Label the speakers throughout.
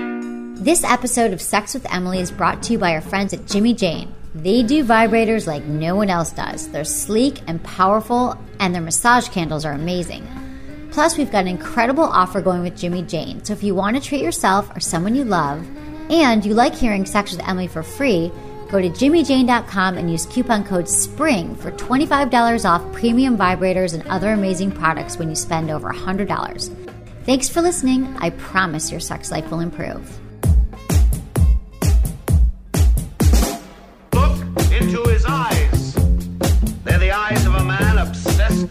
Speaker 1: This episode of Sex with Emily is brought to you by our friends at Jimmy Jane. They do vibrators like no one else does. They're sleek and powerful, and their massage candles are amazing. Plus, we've got an incredible offer going with Jimmy Jane. So if you want to treat yourself or someone you love, and you like hearing Sex with Emily for free, go to jimmyjane.com and use coupon code SPRING for $25 off premium vibrators and other amazing products when you spend over $100. Thanks for listening. I promise your sex life will improve.
Speaker 2: Look into his eyes. They're the eyes of a man obsessed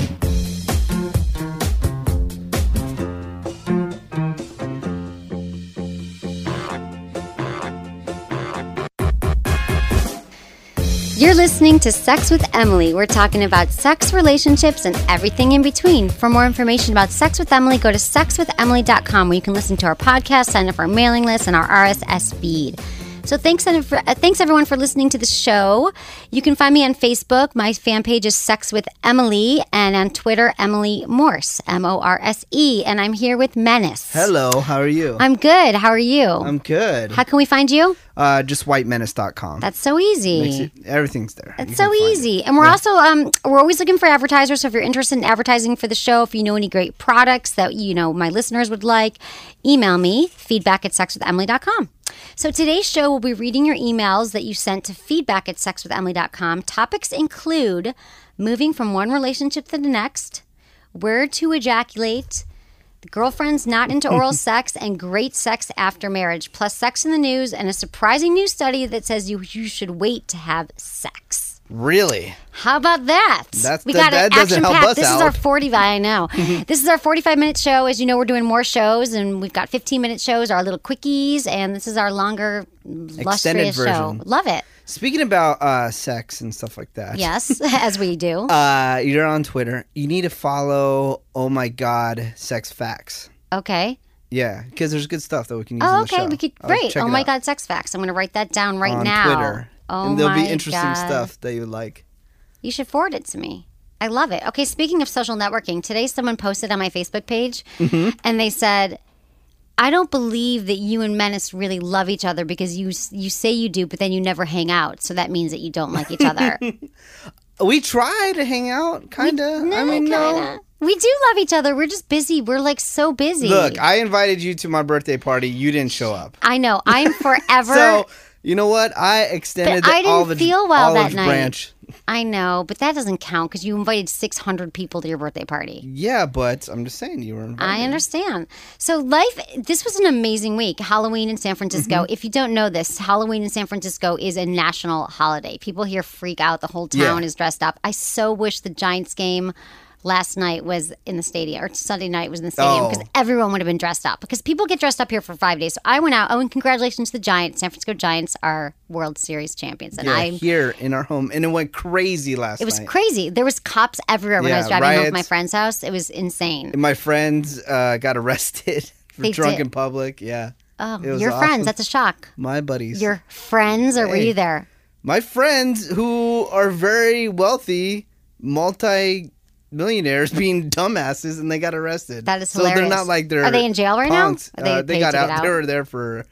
Speaker 1: You're listening to Sex with Emily. We're talking about sex, relationships, and everything in between. For more information about Sex with Emily, go to sexwithemily.com where you can listen to our podcast, sign up for our mailing list, and our RSS feed. So thanks, and for, uh, thanks everyone for listening to the show. You can find me on Facebook. My fan page is Sex with Emily, and on Twitter, Emily Morse, M O R S E. And I'm here with Menace.
Speaker 3: Hello, how are you?
Speaker 1: I'm good. How are you?
Speaker 3: I'm good.
Speaker 1: How can we find you?
Speaker 3: Uh, just whitemenace.com.
Speaker 1: That's so easy.
Speaker 3: Um, Makes it- everything's there. You
Speaker 1: It's
Speaker 3: can
Speaker 1: so
Speaker 3: find it.
Speaker 1: easy. And we're also um, we're always looking for advertisers. So if you're interested in advertising for the show, if you know any great products that you know my listeners would like, email me feedback at sexwithemily.com. So today's show will be reading your emails that you sent to feedback at sexwithemily.com. Topics include moving from one relationship to the next, where to ejaculate, girlfriends not into oral sex and great sex after marriage, plus sex in the news and a surprising new study that says you, you should wait to have sex.
Speaker 3: Really?
Speaker 1: How about that?
Speaker 3: That's-
Speaker 1: we got
Speaker 3: that- that
Speaker 1: an
Speaker 3: doesn't
Speaker 1: action
Speaker 3: help
Speaker 1: packed.
Speaker 3: us
Speaker 1: This is our
Speaker 3: out. Mm-hmm.
Speaker 1: 45. I know. this is our 45 minute show. As you know, we're doing more shows, and we've got 15 minute shows, our little quickies, and this is our longer, lustrous show.
Speaker 3: version.
Speaker 1: Love it.
Speaker 3: Speaking about uh, sex and stuff like that.
Speaker 1: Yes, as we do.
Speaker 3: Uh, you're on Twitter. You need to follow. Oh my God, sex facts.
Speaker 1: okay.
Speaker 3: Yeah, because there's good stuff that we can use.
Speaker 1: Oh,
Speaker 3: on Uh, the
Speaker 1: okay.
Speaker 3: show.
Speaker 1: We could.
Speaker 3: I would
Speaker 1: Great.
Speaker 3: check
Speaker 1: Oh
Speaker 3: it
Speaker 1: my
Speaker 3: out
Speaker 1: God, sex facts. I'm going to write that down right
Speaker 3: on
Speaker 1: now.
Speaker 3: Twitter.
Speaker 1: Oh
Speaker 3: and there'll
Speaker 1: my
Speaker 3: be interesting
Speaker 1: God.
Speaker 3: stuff that you like.
Speaker 1: You should forward it to me. I love it. Okay, speaking of social networking, today someone posted on my Facebook page
Speaker 3: Mm-hmm.
Speaker 1: and they said, I don't believe that you and Menace really love each other because you you say you do, but then you never hang out. So that means that you don't like each other.
Speaker 3: We try to hang out, kinda. I mean, no.
Speaker 1: we do love each other. We're just busy. We're like so busy.
Speaker 3: Look, I invited you to my birthday party. You didn't show up.
Speaker 1: I know. I'm forever.
Speaker 3: So you know what? I extended
Speaker 1: But
Speaker 3: the
Speaker 1: I didn't
Speaker 3: olive,
Speaker 1: feel well
Speaker 3: olive
Speaker 1: that night.
Speaker 3: branch.
Speaker 1: I know, but that doesn't count because you invited 600 people to your birthday party.
Speaker 3: Yeah, but I'm just saying you were invited.
Speaker 1: I understand. So life this was an amazing week. Halloween in San Francisco.
Speaker 3: Mm-hmm.
Speaker 1: If you don't know this, Halloween in San Francisco is a national holiday. People here freak out. The whole town
Speaker 3: Yeah.
Speaker 1: is dressed up. I so wish the Giants game last night was in the stadium or Sunday night was in the stadium
Speaker 3: Oh.
Speaker 1: because everyone would have been dressed up because people get dressed up here for 5 days. So I went out. Oh, and congratulations to the Giants. San Francisco Giants are World Series champions and
Speaker 3: Yeah,
Speaker 1: I
Speaker 3: here in our home, and it went crazy last
Speaker 1: it was
Speaker 3: night.
Speaker 1: crazy. There was cops everywhere when I
Speaker 3: Yeah,
Speaker 1: was driving home to my
Speaker 3: riots.
Speaker 1: friend's house. It was insane.
Speaker 3: My friends uh, got arrested for
Speaker 1: They
Speaker 3: drunk
Speaker 1: did.
Speaker 3: in public. Yeah,
Speaker 1: Oh,
Speaker 3: it was
Speaker 1: your
Speaker 3: awesome.
Speaker 1: friends. That's a shock.
Speaker 3: my buddies,
Speaker 1: Your friends, or were
Speaker 3: Hey.
Speaker 1: you there?
Speaker 3: my friends who are very wealthy, multi millionaires, being dumbasses, and they got arrested.
Speaker 1: That is
Speaker 3: So they're
Speaker 1: hilarious.
Speaker 3: not like they're
Speaker 1: Are they in jail right now?
Speaker 3: punks.
Speaker 1: Are they
Speaker 3: Uh,
Speaker 1: paid
Speaker 3: got
Speaker 1: to get
Speaker 3: out. They
Speaker 1: out?
Speaker 3: were there for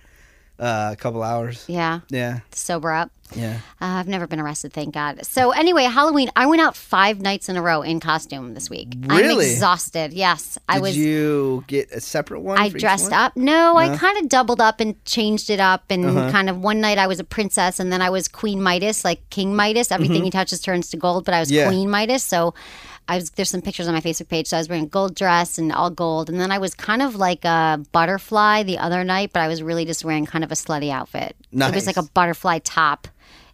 Speaker 3: uh, a couple hours.
Speaker 1: Yeah,
Speaker 3: Yeah,
Speaker 1: sober up.
Speaker 3: yeah.
Speaker 1: Uh, I've never been arrested, thank God. So anyway, Halloween. I went out five nights in a row in costume this week. I'm
Speaker 3: Really?
Speaker 1: exhausted. Yes, I
Speaker 3: Did
Speaker 1: was.
Speaker 3: you get a separate one?
Speaker 1: I
Speaker 3: for each
Speaker 1: dressed
Speaker 3: one?
Speaker 1: up. No, I kind of doubled up and changed it up, and
Speaker 3: Uh-huh.
Speaker 1: kind of one night I was a princess, and then I was Queen Midas, like King Midas. Everything he touches turns to gold, but I was
Speaker 3: Mm-hmm. Yeah.
Speaker 1: Queen Midas, so. I was there's some pictures on my Facebook page. So I was wearing a gold dress and all gold, and then I was kind of like a butterfly the other night, but I was really just wearing kind of a slutty outfit. It was
Speaker 3: Nice.
Speaker 1: like a butterfly top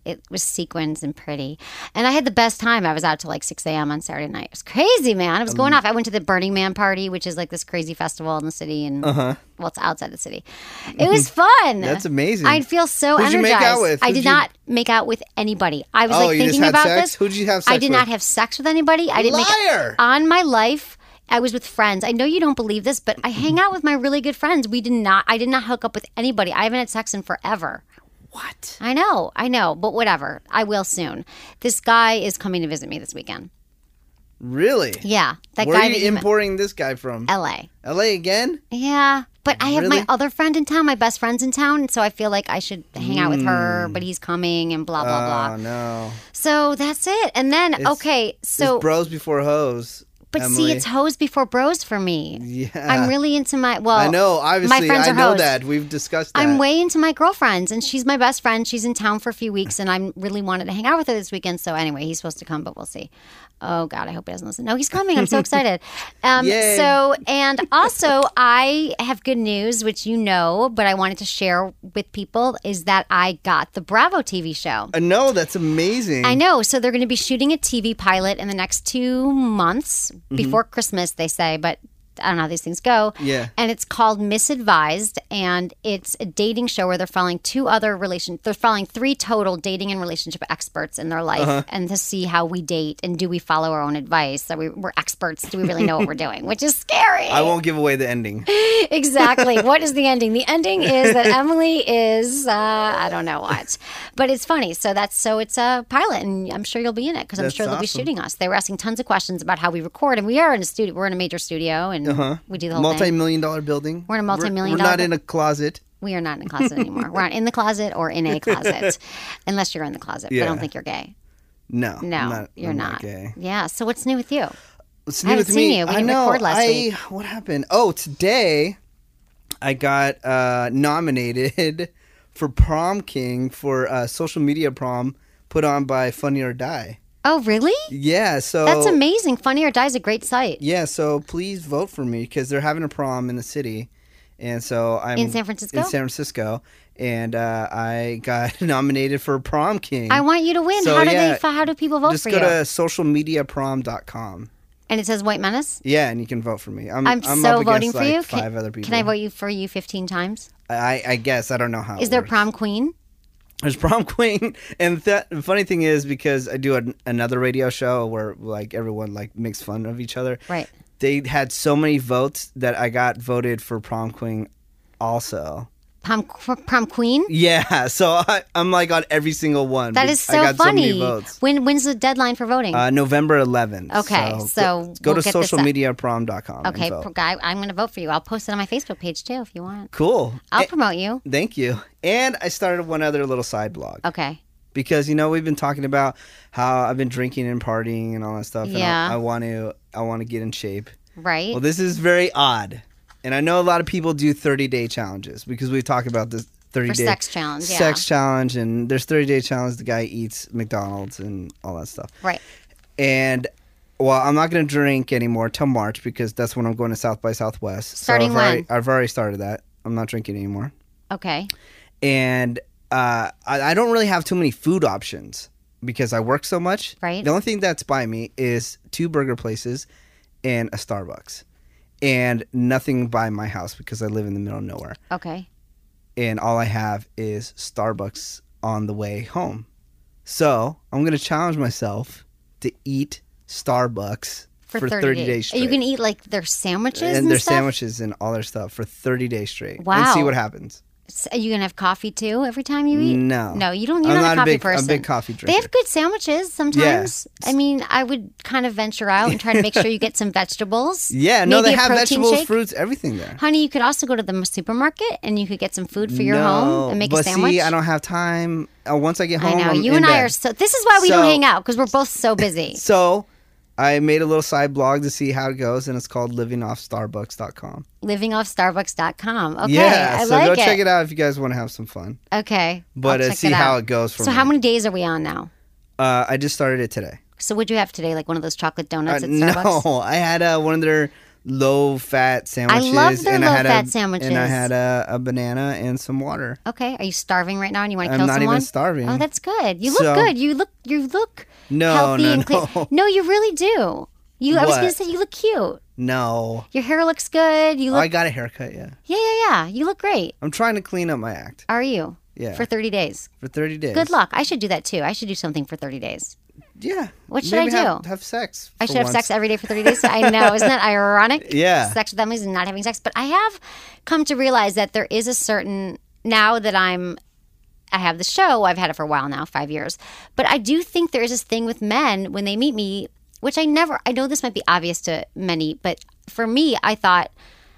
Speaker 1: it was sequins and pretty. And I had the best time. I was out till like 6 a.m. on Saturday night. It was crazy, man. It was
Speaker 3: Um,
Speaker 1: going off. I went to the Burning Man party, which is like this crazy festival in the city. And, well, it's outside the city. It was fun.
Speaker 3: Uh-huh. That's amazing.
Speaker 1: I feel so
Speaker 3: Who'd you
Speaker 1: energized.
Speaker 3: make out with?
Speaker 1: I
Speaker 3: Who'd
Speaker 1: did
Speaker 3: you-
Speaker 1: not make out with anybody. I was
Speaker 3: Oh,
Speaker 1: like
Speaker 3: you just
Speaker 1: thinking
Speaker 3: had
Speaker 1: about
Speaker 3: sex?
Speaker 1: this.
Speaker 3: Who'd you have
Speaker 1: I
Speaker 3: sex
Speaker 1: did not
Speaker 3: with?
Speaker 1: have sex with anybody. I didn't
Speaker 3: Liar!
Speaker 1: make Uh, on my life. I was with friends. I know you don't believe this, but I
Speaker 3: Mm-hmm.
Speaker 1: hang out with my really good friends. We did not. I did not hook up with anybody. I haven't had sex in forever. What? I know. I know. But whatever. I will soon. This guy is coming to visit me this weekend.
Speaker 3: Really?
Speaker 1: Yeah, that
Speaker 3: Where
Speaker 1: guy.
Speaker 3: are
Speaker 1: that
Speaker 3: you
Speaker 1: you met-
Speaker 3: importing this guy from?
Speaker 1: L.A.
Speaker 3: LA again?
Speaker 1: Yeah, but I have my
Speaker 3: Really?
Speaker 1: other friend in town, my best friend's in town, and so I feel like I should hang out with
Speaker 3: Mm.
Speaker 1: her, but he's coming and blah blah blah.
Speaker 3: Oh no.
Speaker 1: So that's it. And then okay, so
Speaker 3: it's bros before hoes.
Speaker 1: but
Speaker 3: Emily.
Speaker 1: see, it's hoes before bros for me.
Speaker 3: Yeah.
Speaker 1: I'm really into my well.
Speaker 3: Uh, I know, obviously.
Speaker 1: my friends
Speaker 3: I
Speaker 1: are
Speaker 3: know
Speaker 1: hoes.
Speaker 3: that. We've discussed that.
Speaker 1: I'm way into my girlfriends, and she's my best friend. She's in town for a few weeks, and I'm really wanted to hang out with her this weekend. So anyway, he's supposed to come, but we'll see. Oh God, I hope he doesn't listen. No, he's coming. I'm so excited. Um,
Speaker 3: Yay.
Speaker 1: so and also, I have good news, which you know, but I wanted to share with people is that I got the Bravo TV show.
Speaker 3: I know, Uh, that's amazing.
Speaker 1: I know. So they're going to be shooting a TV pilot in the next two months
Speaker 3: Mm-hmm.
Speaker 1: before Christmas, they say, but I don't know how these things go.
Speaker 3: Yeah.
Speaker 1: And it's called Misadvised, and it's a dating show where they're following two other relation. They're following three total dating and relationship experts in their life,
Speaker 3: Uh-huh.
Speaker 1: and to see how we date and do we follow our own advice? Are we we're experts? Do we really know what we're doing? Which is scary.
Speaker 3: I won't give away the ending.
Speaker 1: Exactly. what is the ending? The ending is that Emily is uh, I don't know what, but it's funny. So that's so it's a pilot, and I'm sure you'll be in it because I'm
Speaker 3: That's
Speaker 1: sure they'll be
Speaker 3: awesome.
Speaker 1: shooting us. They were asking tons of questions about how we record, and we are in a studio. We're in a major studio, and we do the whole
Speaker 3: Uh-huh. Multi
Speaker 1: thing.
Speaker 3: million dollar building.
Speaker 1: We're in a multi-million
Speaker 3: We're
Speaker 1: dollar
Speaker 3: not in a closet.
Speaker 1: We are not in a closet anymore. We're not in the closet or in a closet, unless you're in the closet. But I don't
Speaker 3: Yeah.
Speaker 1: think you're gay.
Speaker 3: No.
Speaker 1: No,
Speaker 3: I'm not,
Speaker 1: you're
Speaker 3: I'm
Speaker 1: not.
Speaker 3: gay.
Speaker 1: Yeah. So what's new with you?
Speaker 3: What's
Speaker 1: I
Speaker 3: new
Speaker 1: haven't
Speaker 3: with
Speaker 1: seen
Speaker 3: me?
Speaker 1: you. We
Speaker 3: I
Speaker 1: didn't
Speaker 3: know.
Speaker 1: record last
Speaker 3: I,
Speaker 1: week.
Speaker 3: What happened? Oh, today I got uh, nominated for prom king for uh, social media prom put on by Funny or Die.
Speaker 1: Oh, really?
Speaker 3: Yeah, so
Speaker 1: That's amazing. Funny or Die is a great site
Speaker 3: Yeah, so please vote for me because they're having a prom in the city, and so I'm
Speaker 1: in San Francisco.
Speaker 3: In San Francisco, and uh, I got nominated for prom king.
Speaker 1: I want you to win.
Speaker 3: So,
Speaker 1: how do
Speaker 3: yeah,
Speaker 1: they? fi- How do people vote
Speaker 3: Just
Speaker 1: for
Speaker 3: go
Speaker 1: you?
Speaker 3: to socialmediaprom.com.
Speaker 1: And it says White Menace.
Speaker 3: Yeah, and you can vote for me. I'm,
Speaker 1: I'm,
Speaker 3: Mm, I'm
Speaker 1: so
Speaker 3: up
Speaker 1: voting
Speaker 3: against,
Speaker 1: for
Speaker 3: like,
Speaker 1: you.
Speaker 3: Five
Speaker 1: can,
Speaker 3: other people.
Speaker 1: can I vote you for you 15 times?
Speaker 3: I, I guess I don't know how.
Speaker 1: Is
Speaker 3: it
Speaker 1: there
Speaker 3: works.
Speaker 1: prom queen?
Speaker 3: There's prom queen, and that the funny thing is because I do an, another radio show where like everyone like makes fun of each other.
Speaker 1: Right.
Speaker 3: They had so many votes that I got voted for prom queen, also.
Speaker 1: Prom qu- prom queen?
Speaker 3: Yeah, so I, I'm like on every single one.
Speaker 1: That
Speaker 3: Be-
Speaker 1: is
Speaker 3: I
Speaker 1: so
Speaker 3: got
Speaker 1: funny.
Speaker 3: So many votes.
Speaker 1: When when's the deadline for voting?
Speaker 3: Uh, November 11th.
Speaker 1: Okay, so
Speaker 3: go- go,
Speaker 1: we'll
Speaker 3: to
Speaker 1: get this up.
Speaker 3: socialmediaprom.com.
Speaker 1: okay,
Speaker 3: And vote.
Speaker 1: pr- guy, I'm going to vote for you. I'll post it on my Facebook page too if you want.
Speaker 3: cool.
Speaker 1: I'll
Speaker 3: Eh,
Speaker 1: promote you.
Speaker 3: thank you. And I started one other little side blog
Speaker 1: Okay.
Speaker 3: because you know we've been talking about how I've been drinking and partying and all that stuff.
Speaker 1: Yeah.
Speaker 3: And I, I want to. I want to get in shape.
Speaker 1: Right.
Speaker 3: Well, this is very odd, and I know a lot of people do 30 day challenges because we talk about this 30
Speaker 1: For
Speaker 3: day
Speaker 1: sex challenge, yeah.
Speaker 3: sex challenge, and there's 30 day challenge. The guy eats McDonald's and all that stuff.
Speaker 1: right.
Speaker 3: And well, I'm not going to drink anymore till March because that's when I'm going to South by Southwest.
Speaker 1: Starting
Speaker 3: so I've already,
Speaker 1: when?
Speaker 3: I've already started that. I'm not drinking anymore,
Speaker 1: Okay.
Speaker 3: and uh, I, I don't really have too many food options because I work so much.
Speaker 1: Right.
Speaker 3: The only thing that's by me is two burger places and a Starbucks, and nothing by my house because I live in the middle of nowhere,
Speaker 1: Okay.
Speaker 3: and all I have is Starbucks on the way home. So I'm going to challenge myself to eat Starbucks
Speaker 1: For,
Speaker 3: for, 30, days straight.
Speaker 1: You can eat like their sandwiches and,
Speaker 3: and their
Speaker 1: stuff?
Speaker 3: sandwiches and all their stuff for 30 days straight. And see
Speaker 1: Wow.
Speaker 3: what happens.
Speaker 1: S- Are you gonna have coffee too every time you eat?
Speaker 3: No.
Speaker 1: no, you don't. You're
Speaker 3: I'm
Speaker 1: not, a
Speaker 3: not a
Speaker 1: coffee
Speaker 3: big- I'm a
Speaker 1: person.
Speaker 3: big coffee
Speaker 1: They
Speaker 3: drinker.
Speaker 1: have good sandwiches sometimes. I mean, I would kind of venture out and try to make sure you get some vegetables.
Speaker 3: Yeah, no,
Speaker 1: Maybe
Speaker 3: they
Speaker 1: a
Speaker 3: have
Speaker 1: protein
Speaker 3: vegetables,
Speaker 1: shake.
Speaker 3: fruits, everything there.
Speaker 1: Honey, you could also go to the m- supermarket and you could get some food for your
Speaker 3: no,
Speaker 1: home and make
Speaker 3: but
Speaker 1: a sandwich.
Speaker 3: see, I don't have time. Uh, once I get
Speaker 1: I
Speaker 3: home,
Speaker 1: know
Speaker 3: I'm
Speaker 1: you
Speaker 3: in
Speaker 1: and I
Speaker 3: bed.
Speaker 1: are so. This is why we don't
Speaker 3: So-
Speaker 1: hang out because we're both so busy.
Speaker 3: So I made a little side blog to see how it goes, and it's called livingoffstarbucks.com.
Speaker 1: Livingoffstarbucks.com. Okay,
Speaker 3: yeah,
Speaker 1: I
Speaker 3: so
Speaker 1: like
Speaker 3: go
Speaker 1: it.
Speaker 3: check it out if you guys want to have some fun.
Speaker 1: Okay,
Speaker 3: But
Speaker 1: I'll
Speaker 3: uh,
Speaker 1: check
Speaker 3: see
Speaker 1: it
Speaker 3: how
Speaker 1: out.
Speaker 3: it goes from
Speaker 1: So, how
Speaker 3: there.
Speaker 1: many days are we on now?
Speaker 3: Uh, I just started it today.
Speaker 1: So, what'd you have today? Like one of those chocolate
Speaker 3: Uh,
Speaker 1: donuts at Starbucks?
Speaker 3: no, I had uh, one of their low fat sandwiches.
Speaker 1: love their
Speaker 3: and I had
Speaker 1: low-fat
Speaker 3: a,
Speaker 1: sandwiches.
Speaker 3: And I had a, a banana and some water.
Speaker 1: Okay. Are you starving right now and you want to
Speaker 3: I'm
Speaker 1: kill
Speaker 3: not even
Speaker 1: someone?
Speaker 3: starving.
Speaker 1: Oh, that's good. You look
Speaker 3: So-
Speaker 1: good. You look you look
Speaker 3: No,
Speaker 1: healthy
Speaker 3: no,
Speaker 1: and clean.
Speaker 3: no.
Speaker 1: you really do. You I was
Speaker 3: What?
Speaker 1: gonna say you look cute.
Speaker 3: No.
Speaker 1: Your hair looks good. You
Speaker 3: Oh, I
Speaker 1: look
Speaker 3: got a haircut, yeah.
Speaker 1: Yeah, yeah, yeah. You look great.
Speaker 3: I'm trying to clean up my act
Speaker 1: Are you?
Speaker 3: Yeah.
Speaker 1: For thirty days.
Speaker 3: for 30 days.
Speaker 1: Good luck. I should do that too. I should do something for thirty days.
Speaker 3: Yeah.
Speaker 1: What should I
Speaker 3: Maybe have-
Speaker 1: do?
Speaker 3: Have sex.
Speaker 1: I
Speaker 3: for
Speaker 1: should have
Speaker 3: once.
Speaker 1: sex every day for 30 days. I know. Isn't that ironic?
Speaker 3: Yeah.
Speaker 1: Sex with Emily's and not having sex. But I have come to realize that there is a certain, now that I'm, I have the show, I've had it for a while now, five years. But I do think there is this thing with men when they meet me, which I never, I know this might be obvious to many, but for me, I thought,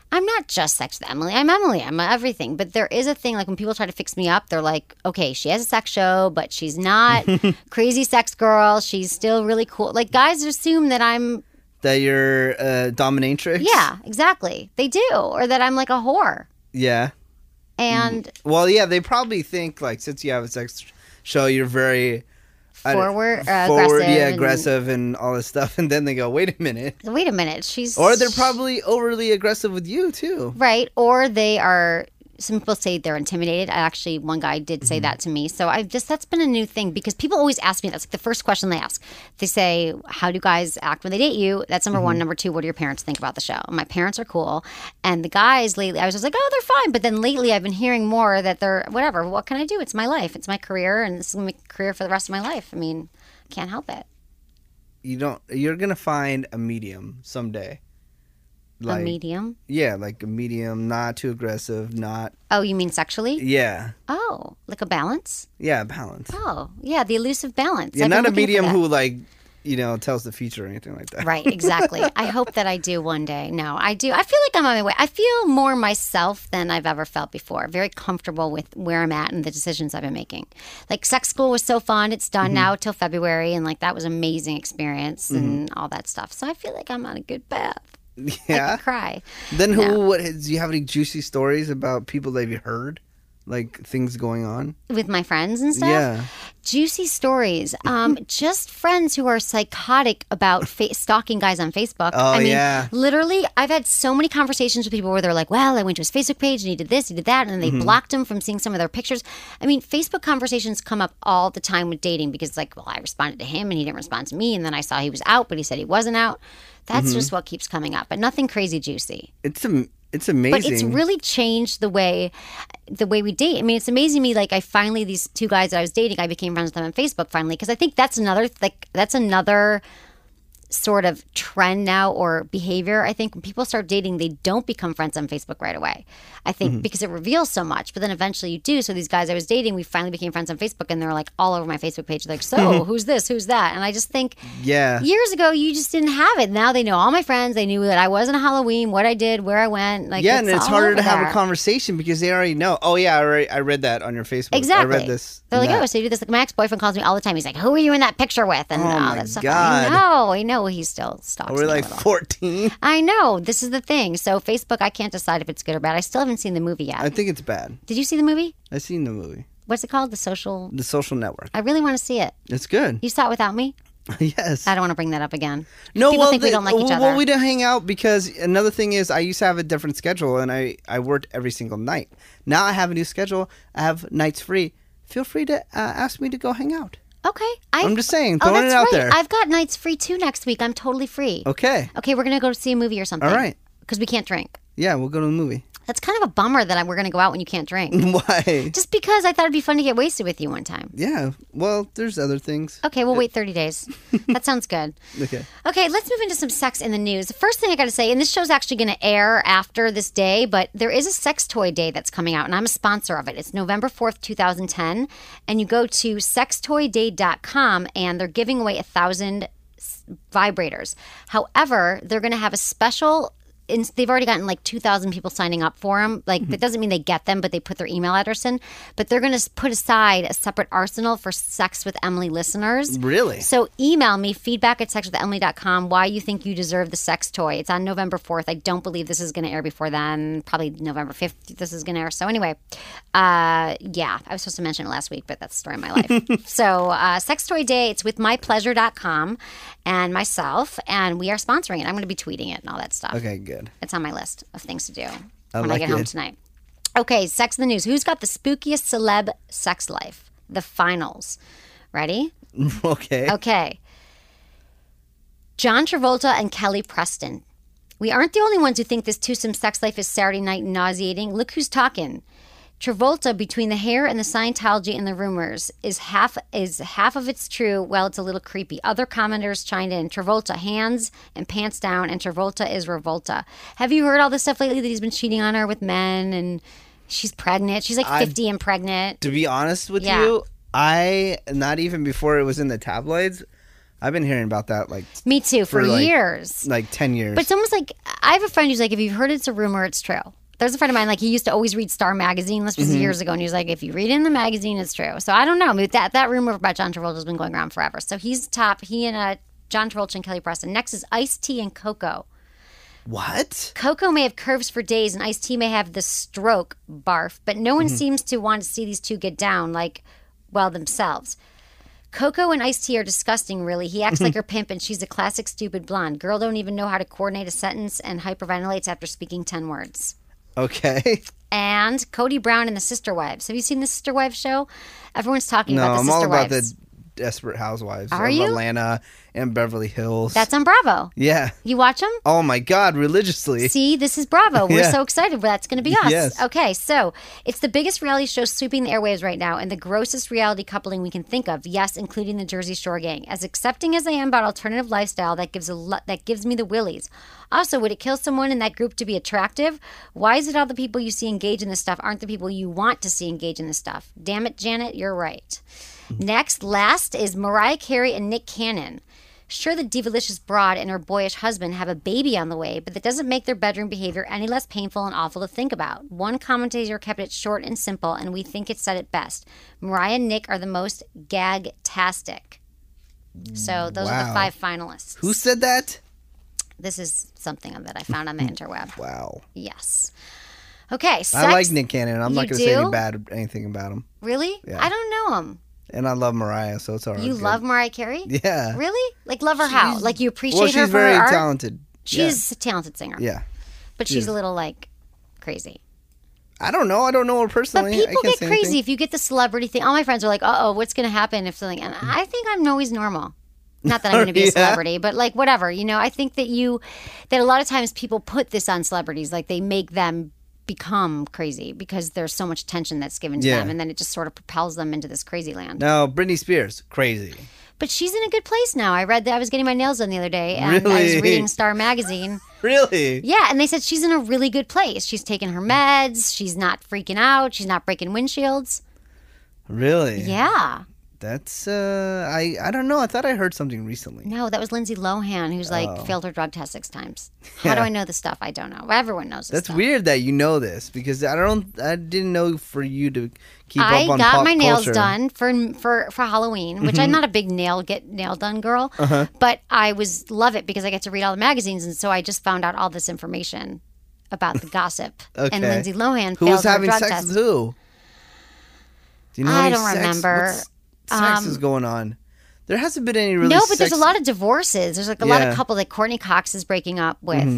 Speaker 1: I'm not just sex with Emily. I'm Emily. I'm everything. But there is a thing like when people try to fix me up, they're like, okay, she has a sex show, but she's not crazy sex girl. She's still really cool. Like guys assume that I'm
Speaker 3: That you're a dominatrix?
Speaker 1: yeah, exactly. They do, or that I'm like a whore.
Speaker 3: Mm. Yeah.
Speaker 1: And
Speaker 3: Well, yeah, they probably think, like, since you have a sex show, you're very I don't-
Speaker 1: forward, uh,
Speaker 3: forward,
Speaker 1: aggressive.
Speaker 3: yeah,
Speaker 1: and-
Speaker 3: aggressive and all this stuff. And then they go, wait a minute.
Speaker 1: Wait a minute, she's
Speaker 3: Or they're probably overly aggressive with you, too.
Speaker 1: right, or they are. Some people say they're intimidated. I actually, one guy did
Speaker 3: Mm-hmm.
Speaker 1: say that to me. So I've just that's been a new thing because people always ask me. That's like the first question they ask. They say, "How do guys act when they date you?" That's number
Speaker 3: Mm-hmm.
Speaker 1: one. Number two, what do your parents think about the show? My parents are cool, and the guys lately, I was just like, "Oh, they're fine." But then lately, I've been hearing more that they're whatever. What can I do? It's my life. It's my career, and this is my career for the rest of my life. I mean, can't help it.
Speaker 3: You don't, you're going to find a medium someday.
Speaker 1: a medium.
Speaker 3: Yeah, like a medium, not too aggressive, not.
Speaker 1: Oh, you mean sexually?
Speaker 3: Yeah.
Speaker 1: Oh, like a balance?
Speaker 3: Yeah, balance.
Speaker 1: Oh, yeah, the elusive balance.
Speaker 3: Yeah,
Speaker 1: I've been
Speaker 3: not a
Speaker 1: looking for
Speaker 3: medium
Speaker 1: that.
Speaker 3: who like, you know, tells the future or anything like that.
Speaker 1: Right, exactly. I hope that I do one day. No, I do. I feel like I'm on my way. I feel more myself than I've ever felt before. Very comfortable with where I'm at and the decisions I've been making. Like sex school was so fun. It's
Speaker 3: Mm-hmm.
Speaker 1: done now till February and like that was amazing experience and all that stuff. So I feel like I'm on a good path. I
Speaker 3: Yeah.
Speaker 1: could cry.
Speaker 3: Then who? What? Do you have any juicy stories about people that you heard, like things going on?
Speaker 1: With my friends and stuff.
Speaker 3: Yeah.
Speaker 1: juicy stories.
Speaker 3: Mm-hmm.
Speaker 1: Um, just friends who are psychotic about fa- stalking guys on Facebook.
Speaker 3: Oh,
Speaker 1: I mean,
Speaker 3: yeah.
Speaker 1: literally, I've had so many conversations with people where they're like, "Well, I went to his Facebook page and he did this, he did that," and then
Speaker 3: Mm-hmm.
Speaker 1: they blocked him from seeing some of their pictures. I mean, Facebook conversations come up all the time with dating because, it's like, well, I responded to him and he didn't respond to me, and then I saw he was out, but he said he wasn't out.
Speaker 3: Mm-hmm.
Speaker 1: That's just what keeps coming up, but nothing crazy juicy
Speaker 3: It's am- it's amazing.
Speaker 1: but it's really changed the way the way we date. I mean, it's amazing to me. Like, I finally these two guys that I was dating, I became friends with them on Facebook finally because I think that's another like that's another sort of trend now or behavior. I think when people start dating, they don't become friends on Facebook right away. I think because it reveals so much, but then eventually you do. So these guys I was dating, we finally became friends on Facebook, and they're like all over my Facebook page, like, so who's this, who's that, and I just think
Speaker 3: yeah.
Speaker 1: years ago you just didn't have it. Now they know all my friends. They knew that I was on Halloween, what I did, where I went. Like
Speaker 3: yeah, and it's
Speaker 1: all
Speaker 3: harder
Speaker 1: over
Speaker 3: to have
Speaker 1: there.
Speaker 3: a conversation because they already know. Oh yeah, I, already, I read that on your Facebook.
Speaker 1: Exactly.
Speaker 3: I read this.
Speaker 1: They're like,
Speaker 3: and
Speaker 1: oh,
Speaker 3: that." Oh
Speaker 1: so you do this. Like my ex boyfriend calls me all the time. He's like, who are you in that picture with? And oh, all
Speaker 3: my
Speaker 1: that stuff.
Speaker 3: God.
Speaker 1: I know. I know. He still stalks.
Speaker 3: we're
Speaker 1: me a
Speaker 3: like
Speaker 1: little.
Speaker 3: fourteen.
Speaker 1: I know. This is the thing. So Facebook, I can't decide if it's good or bad. I still haven't seen the movie yet.
Speaker 3: I think it's bad.
Speaker 1: Did you see the movie?
Speaker 3: I've seen the movie,
Speaker 1: What's it called? The Social.
Speaker 3: The Social Network.
Speaker 1: I really want to see it.
Speaker 3: It's good.
Speaker 1: You saw it without me.
Speaker 3: yes.
Speaker 1: I don't want to bring that up again.
Speaker 3: No,
Speaker 1: People
Speaker 3: well,
Speaker 1: think we
Speaker 3: the-
Speaker 1: don't like each
Speaker 3: well,
Speaker 1: other.
Speaker 3: we didn't hang out because another thing is I used to have a different schedule and I, I worked every single night. Now I have a new schedule. I have nights free. Feel free to uh, ask me to go hang out.
Speaker 1: Okay. I,
Speaker 3: I'm just saying,
Speaker 1: Oh,
Speaker 3: throwing
Speaker 1: that's
Speaker 3: it out
Speaker 1: right.
Speaker 3: there.
Speaker 1: I've got nights free too next week. I'm totally free.
Speaker 3: Okay.
Speaker 1: Okay, we're gonna go see a movie or something.
Speaker 3: All right.
Speaker 1: Because we can't drink.
Speaker 3: Yeah, we'll go to the movie.
Speaker 1: That's kind of a bummer that I, we're gonna go out when you can't drink.
Speaker 3: Why?
Speaker 1: Just because I thought it'd be fun to get wasted with you one time.
Speaker 3: Yeah. Well, there's other things.
Speaker 1: Okay, we'll wait 30 days. That sounds good.
Speaker 3: Okay.
Speaker 1: Okay, let's move into some sex in the news. The first thing I got to say, and this show's actually going to air after this day, but there is a sex toy day that's coming out, and I'm a sponsor of it. It's November 4th, 2010. And you go to sextoyday.com, and they're giving away a thousand vibrators. However, they're going to have a special. In, they've already gotten like 2,000 people signing up for them. Like, that doesn't mean they get them, but they put their email address in. But they're going to put aside a separate arsenal for Sex with Emily listeners.
Speaker 3: Really?
Speaker 1: So email me feedback at sexwithemily.com why you think you deserve the sex toy. It's on November 4th. I don't believe this is going to air before then. Probably November 5th this is going to air. So anyway, uh, yeah, I was supposed to mention it last week, but that's the story of my life. so uh, sex toy day, it's with mypleasure.com and myself, and we are sponsoring it. I'm going to be tweeting it and all that stuff.
Speaker 3: Okay, good. good.
Speaker 1: It's on my list of things to do
Speaker 3: I
Speaker 1: when I
Speaker 3: like
Speaker 1: get home
Speaker 3: it.
Speaker 1: tonight. Okay, sex in the news. Who's got the spookiest celeb sex life? The finals. Ready?
Speaker 3: Okay.
Speaker 1: Okay. John Travolta and Kelly Preston. We aren't the only ones who think this twosome sex life is Saturday night nauseating. Look who's talking. Travolta, between the hair and the Scientology and the rumors, is half is half of it's true. Well, it's a little creepy. Other commenters chimed in. Travolta hands and pants down, and Travolta is revolta. Have you heard all this stuff lately that he's been cheating on her with men and she's pregnant? She's like
Speaker 3: I've-
Speaker 1: fifty and pregnant.
Speaker 3: To be honest with
Speaker 1: Yeah.
Speaker 3: you, I not even before it was in the tabloids, I've been hearing about that like
Speaker 1: Me too, for,
Speaker 3: for, like,
Speaker 1: years.
Speaker 3: like ten years.
Speaker 1: But it's almost like I have a friend who's like, if you've heard it's a rumor, it's true. There's a friend of mine, like he used to always read Star Magazine. This was years ago, and he was like, if you read it in the magazine, it's true. So I don't know. But that that rumor about John Travolta has been going around forever. So he's top. He and uh, John Travolta and Kelly Preston. Next is Ice T and Coco.
Speaker 3: what?
Speaker 1: Coco may have curves for days, and Ice T may have the stroke barf, but no one
Speaker 3: Mm-hmm.
Speaker 1: seems to want to see these two get down like well themselves. Coco and Ice T are disgusting, really. He acts like her pimp, and she's a classic stupid blonde. Girl don't even know how to coordinate a sentence and hyperventilates after speaking 10 words
Speaker 3: Okay.
Speaker 1: and Cody Brown and the Sister Wives. Have you seen the Sister Wives show? Everyone's talking
Speaker 3: No,
Speaker 1: about the
Speaker 3: I'm
Speaker 1: Sister
Speaker 3: all about
Speaker 1: Wives.
Speaker 3: the Desperate Housewives
Speaker 1: Are
Speaker 3: of
Speaker 1: you?
Speaker 3: Atlanta and Beverly Hills.
Speaker 1: That's on Bravo.
Speaker 3: yeah.
Speaker 1: You watch them?
Speaker 3: Oh my God, religiously.
Speaker 1: See, this is Bravo. We're
Speaker 3: Yeah.
Speaker 1: so excited. That's going to be us.
Speaker 3: Yes.
Speaker 1: Okay, so it's the biggest reality show sweeping the airwaves right now and the grossest reality coupling we can think of. Yes, including the Jersey Shore gang. As accepting as I am about alternative lifestyle, that gives a lo- that gives me the willies. Also, would it kill someone in that group to be attractive? Why is it all the people you see engage in this stuff aren't the people you want to see engage in this stuff? Damn it, Janet, you're right.
Speaker 3: Mm-hmm.
Speaker 1: Next, last is Mariah Carey and Nick Cannon. Sure, the divalicious broad and her boyish husband have a baby on the way, but that doesn't make their bedroom behavior any less painful and awful to think about. One commentator kept it short and simple, and we think it said it best. Mariah and Nick are the most gag-tastic. So those are the
Speaker 3: Mm, Wow.
Speaker 1: five finalists.
Speaker 3: Who said that?
Speaker 1: this is something that I found on the interweb.
Speaker 3: Wow.
Speaker 1: Yes. Okay. Sex,
Speaker 3: I like Nick Cannon. I'm not
Speaker 1: You
Speaker 3: going to say
Speaker 1: do?
Speaker 3: any bad anything about him.
Speaker 1: Really? I don't know him.
Speaker 3: And I love Mariah, so it's all right.
Speaker 1: You love Mariah Carey?
Speaker 3: Yeah.
Speaker 1: Really? Like love her how? Like you appreciate
Speaker 3: Well,
Speaker 1: her
Speaker 3: she's
Speaker 1: for
Speaker 3: very
Speaker 1: her art?
Speaker 3: talented.
Speaker 1: She's a talented singer.
Speaker 3: Yeah. yeah.
Speaker 1: But she's a little like crazy.
Speaker 3: I don't know. I don't know her
Speaker 1: But
Speaker 3: personally. I
Speaker 1: people
Speaker 3: can't
Speaker 1: get
Speaker 3: say
Speaker 1: crazy
Speaker 3: anything.
Speaker 1: if you get the celebrity thing. All my friends are like, "Uh oh, what's going to happen if something?" And I think I'm always normal. Not that I'm going to be a
Speaker 3: Mm-hmm. Yeah.
Speaker 1: celebrity, but like whatever, you know. I think that you that a lot of times people put this on celebrities, like they make them become crazy because there's so much attention that's given to
Speaker 3: Yeah.
Speaker 1: them, and then it just sort of propels them into this crazy land.
Speaker 3: No, Britney Spears, crazy.
Speaker 1: But she's in a good place now. I read that I was getting my nails done the other day, and I was
Speaker 3: Really?
Speaker 1: reading Star Magazine.
Speaker 3: Really?
Speaker 1: Yeah, and they said she's in a really good place. She's taking her meds. She's not freaking out. She's not breaking windshields.
Speaker 3: Really?
Speaker 1: Yeah.
Speaker 3: That's uh I I don't know. I thought I heard something recently.
Speaker 1: No, that was Lindsay Lohan, who's like
Speaker 3: Oh.
Speaker 1: failed her drug test six times. How do I know the stuff? I don't know. Everyone knows this
Speaker 3: That's
Speaker 1: stuff.
Speaker 3: weird that you know this because I don't I didn't know for you to keep
Speaker 1: I
Speaker 3: up on
Speaker 1: got
Speaker 3: pop
Speaker 1: my nails
Speaker 3: culture. Mm-hmm.
Speaker 1: done for for for Halloween, which I'm not a big nail get nail done girl,
Speaker 3: Uh-huh.
Speaker 1: but I was love it because I get to read all the magazines, and so I just found out all this information about the gossip and
Speaker 3: Okay.
Speaker 1: Lindsay Lohan
Speaker 3: Who
Speaker 1: failed
Speaker 3: was
Speaker 1: her
Speaker 3: having
Speaker 1: drug
Speaker 3: sex
Speaker 1: test.
Speaker 3: with who? Do you
Speaker 1: I
Speaker 3: any
Speaker 1: don't remember. Um,
Speaker 3: what's- sex is going on. There hasn't been any really
Speaker 1: no, but there's a
Speaker 3: sex-
Speaker 1: lot of divorces. There's like a lot of
Speaker 3: Yeah. Mm-hmm.
Speaker 1: couple that Courtney Cox is breaking up with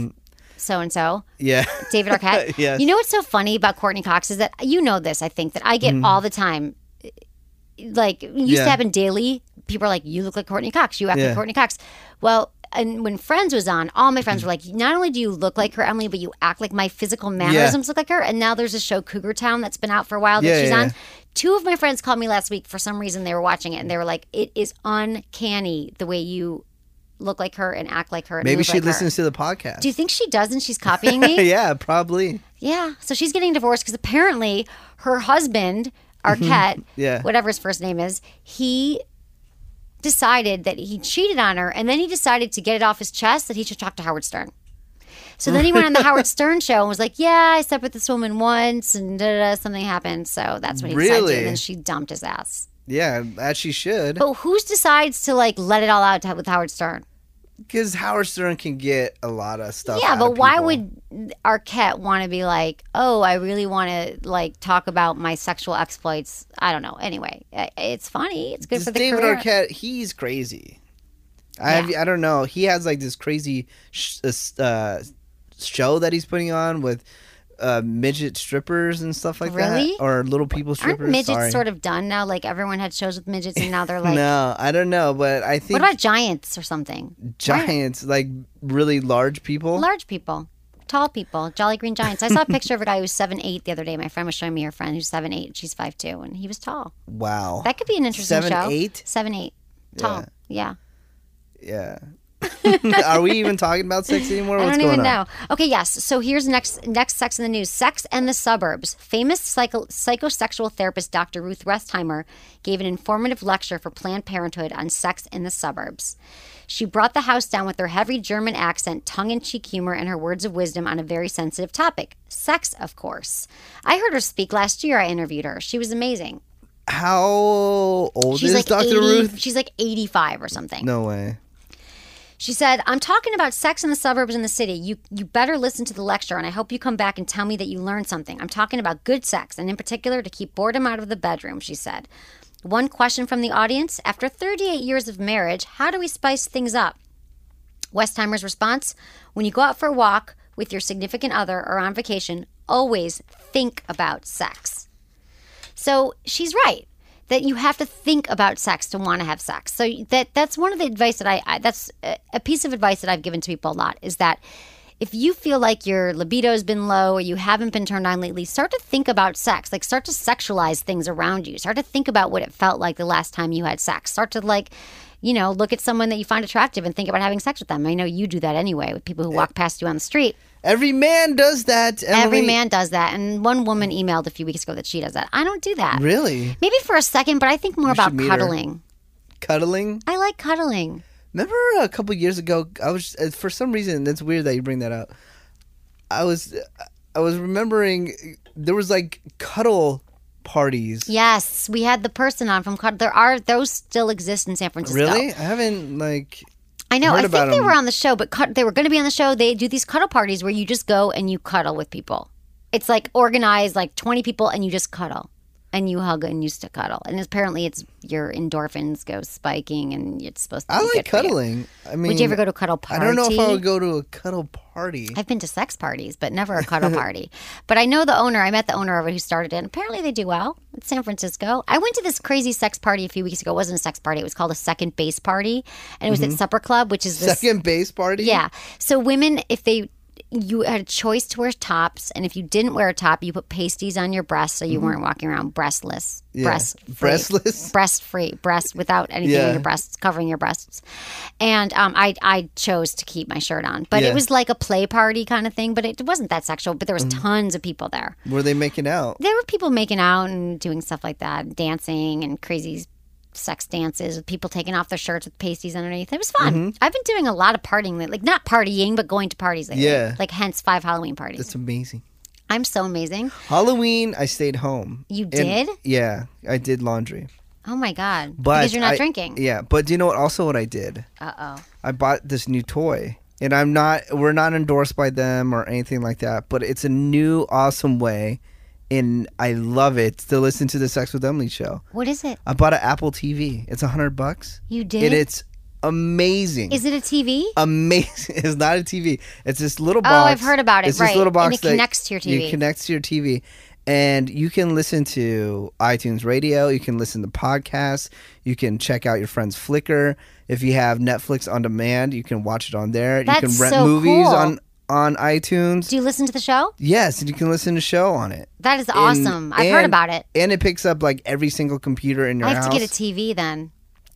Speaker 1: so and so.
Speaker 3: Yeah.
Speaker 1: David Arquette.
Speaker 3: Yes.
Speaker 1: You know what's so funny about Courtney Cox is that you know this, I think, that I get all the time. Like, it used
Speaker 3: Mm-hmm. Yeah.
Speaker 1: to happen daily. People are like, you look like Courtney Cox. You act like
Speaker 3: Yeah.
Speaker 1: Courtney Cox. Well, and when Friends was on, all my
Speaker 3: Mm-hmm.
Speaker 1: friends were like, not only do you look like her, Emily, but you act like my physical mannerisms look like her. And now there's a show, Cougar Town, that's been out for a while that
Speaker 3: Yeah,
Speaker 1: she's
Speaker 3: yeah,
Speaker 1: on.
Speaker 3: yeah.
Speaker 1: Two of my friends called me last week. For some reason, they were watching it and they were like, it is uncanny the way you look like her and act like her. and
Speaker 3: Maybe
Speaker 1: move
Speaker 3: she
Speaker 1: like her."
Speaker 3: listens to the podcast.
Speaker 1: Do you think she does and she's copying me?
Speaker 3: yeah, probably.
Speaker 1: Yeah. So she's getting divorced because apparently her husband, Arquette,
Speaker 3: Yeah.
Speaker 1: whatever his first name is, he decided that he cheated on her and then he decided to get it off his chest that he should talk to Howard Stern. So then he went on the Howard Stern show and was like, Yeah, I slept with this woman once and da, da, da, something happened. So that's when he decided to.
Speaker 3: Really?
Speaker 1: And then she dumped his ass.
Speaker 3: Yeah, as she should.
Speaker 1: But who decides to like let it all out to, with Howard Stern?
Speaker 3: Because Howard Stern can get a lot of stuff.
Speaker 1: Yeah,
Speaker 3: out
Speaker 1: but
Speaker 3: of
Speaker 1: why
Speaker 3: people.
Speaker 1: would Arquette want to be like, oh, I really want to like talk about my sexual exploits? I don't know. Anyway, i- it's funny. It's good
Speaker 3: This
Speaker 1: for the
Speaker 3: David
Speaker 1: career.
Speaker 3: Arquette, he's crazy. I have, I don't know. He has like this crazy sh- uh, s- uh, show that he's putting on with uh, midget strippers and stuff like
Speaker 1: Really?
Speaker 3: that, or little people
Speaker 1: Aren't
Speaker 3: strippers.
Speaker 1: midgets
Speaker 3: Sorry.
Speaker 1: sort of done now? Like everyone had shows with midgets, and now they're like,
Speaker 3: no, I don't know, but I
Speaker 1: what
Speaker 3: think
Speaker 1: about giants or something?
Speaker 3: giants, like really large people.
Speaker 1: Large people, tall people, jolly green giants. I saw a picture of a guy who was seven eight the other day. My friend was showing me her friend who's seven eight. She's five two, and he was tall.
Speaker 3: wow.
Speaker 1: That could be an interesting
Speaker 3: Seven,
Speaker 1: show.
Speaker 3: eight?
Speaker 1: Seven eight, tall. Yeah,
Speaker 3: yeah. Are we even talking about sex anymore?
Speaker 1: I
Speaker 3: What's
Speaker 1: don't
Speaker 3: going
Speaker 1: even
Speaker 3: on?
Speaker 1: know. Okay, yes. So here's next next sex in the news. Sex and the suburbs. Famous psycho- psychosexual therapist Dr. Ruth Restheimer gave an informative lecture for Planned Parenthood on sex in the suburbs. She brought the house down with her heavy German accent, tongue-in-cheek humor, and her words of wisdom on a very sensitive topic: sex, of course. I heard her speak last year. I interviewed her. She was amazing.
Speaker 3: How old
Speaker 1: She's
Speaker 3: is
Speaker 1: like
Speaker 3: Dr.
Speaker 1: 80,
Speaker 3: Ruth?
Speaker 1: She's like 85 or something.
Speaker 3: No way.
Speaker 1: She said, I'm talking about sex in the suburbs and the city. You you better listen to the lecture and I hope you come back and tell me that you learned something. I'm talking about good sex and in particular to keep boredom out of the bedroom, she said. One question from the audience, after 38 years of marriage, how do we spice things up? Westheimer's response, when you go out for a walk with your significant other or on vacation, always think about sex. So she's right that you have to think about sex to want to have sex. So that that's one of the advice that I, I that's a, a piece of advice that I've given to people a lot is that if you feel like your libido's been low or you haven't been turned on lately, start to think about sex. Like start to sexualize things around you. Start to think about what it felt like the last time you had sex. Start to like you know, look at someone that you find attractive and think about having sex with them. I know you do that anyway with people who walk past you on the street.
Speaker 3: Every man does that. Emily.
Speaker 1: Every man does that. And one woman emailed a few weeks ago that she does that. I don't do that.
Speaker 3: Really?
Speaker 1: Maybe for a second, but I think more about
Speaker 3: should meet her.
Speaker 1: cuddling.
Speaker 3: Cuddling?
Speaker 1: I like cuddling.
Speaker 3: Remember a couple years ago, I was uh, for some reason that's weird that you bring that up. I was uh, I was remembering uh, there was like cuddle parties.
Speaker 1: Yes, we had the person on from cuddle. There are those still exist in San Francisco.
Speaker 3: Really? I haven't like
Speaker 1: I know. I
Speaker 3: Heard about
Speaker 1: think they
Speaker 3: them.
Speaker 1: were on the show, but cut, they were going to be on the show. They do these cuddle parties where you just go and you cuddle with people. It's like organized, like twenty people, and you just cuddle and you hug and used to cuddle. And apparently, it's your endorphins go spiking, and it's supposed to.
Speaker 3: I
Speaker 1: be
Speaker 3: like
Speaker 1: good for you.
Speaker 3: cuddling. I mean,
Speaker 1: Would you ever go to a cuddle
Speaker 3: I
Speaker 1: party?
Speaker 3: don't know if I would go to a cuddle party.
Speaker 1: I've been to sex parties, but never a cuddle party. But I know the owner. I met the owner of it who started it. And apparently, they do well. It's San Francisco. I went to this crazy sex party a few weeks ago. It wasn't a sex party. It was called a second base party, and it was at Supper Club, which is this.
Speaker 3: Mm-hmm. Second base party?
Speaker 1: Yeah. So women, if they you had a choice to wear tops, and if you didn't wear a top, you put pasties on your breasts so you weren't walking around breastless, breast
Speaker 3: Mm-hmm. Breastless?
Speaker 1: breast free, breast without anything on
Speaker 3: Yeah.
Speaker 1: your breasts, covering your breasts. And um, I I chose to keep my shirt on, but it
Speaker 3: Yeah.
Speaker 1: was like a play party kind of thing. But it wasn't that sexual. But there was
Speaker 3: Mm-hmm.
Speaker 1: tons of people there.
Speaker 3: Were they making out?
Speaker 1: There were people making out and doing stuff like that, dancing and crazy sex dances with people taking off their shirts with pasties underneath. It was fun.
Speaker 3: Mm-hmm.
Speaker 1: I've been doing a lot of partying lately, like not partying, but going to parties lately.
Speaker 3: Yeah.
Speaker 1: Like hence five Halloween parties.
Speaker 3: That's amazing.
Speaker 1: I'm so amazing.
Speaker 3: Halloween, I stayed home.
Speaker 1: You
Speaker 3: And-
Speaker 1: did?
Speaker 3: yeah, I did laundry.
Speaker 1: Oh my god.
Speaker 3: But
Speaker 1: because you're not
Speaker 3: I-
Speaker 1: drinking.
Speaker 3: Yeah, but do you know what? Also, what I did,
Speaker 1: Uh oh.
Speaker 3: I bought this new toy, and I'm not. We're not endorsed by them or anything like that. But it's a new awesome way, and I love it to listen to the Sex with Emily show.
Speaker 1: What is it?
Speaker 3: I bought an Apple TV. It's a hundred bucks,
Speaker 1: You did?
Speaker 3: and it's amazing.
Speaker 1: Is it a TV?
Speaker 3: amazing. It's not a TV. It's this little box.
Speaker 1: Oh, I've heard about it,
Speaker 3: It's
Speaker 1: right.
Speaker 3: this little box
Speaker 1: And it
Speaker 3: that
Speaker 1: connects to your TV.
Speaker 3: You connect to your TV, and you can listen to iTunes Radio. You can listen to podcasts. You can check out your friend's Flickr. If you have Netflix on demand, you can watch it on there.
Speaker 1: That's
Speaker 3: you can rent
Speaker 1: so
Speaker 3: movies
Speaker 1: cool.
Speaker 3: on on iTunes.
Speaker 1: Do you listen to the show?
Speaker 3: yes, and you can listen to show on it.
Speaker 1: That is
Speaker 3: And-
Speaker 1: awesome. I've heard
Speaker 3: and-
Speaker 1: about it.
Speaker 3: And it picks up like every single computer in your
Speaker 1: I have
Speaker 3: house.
Speaker 1: to get a TV then.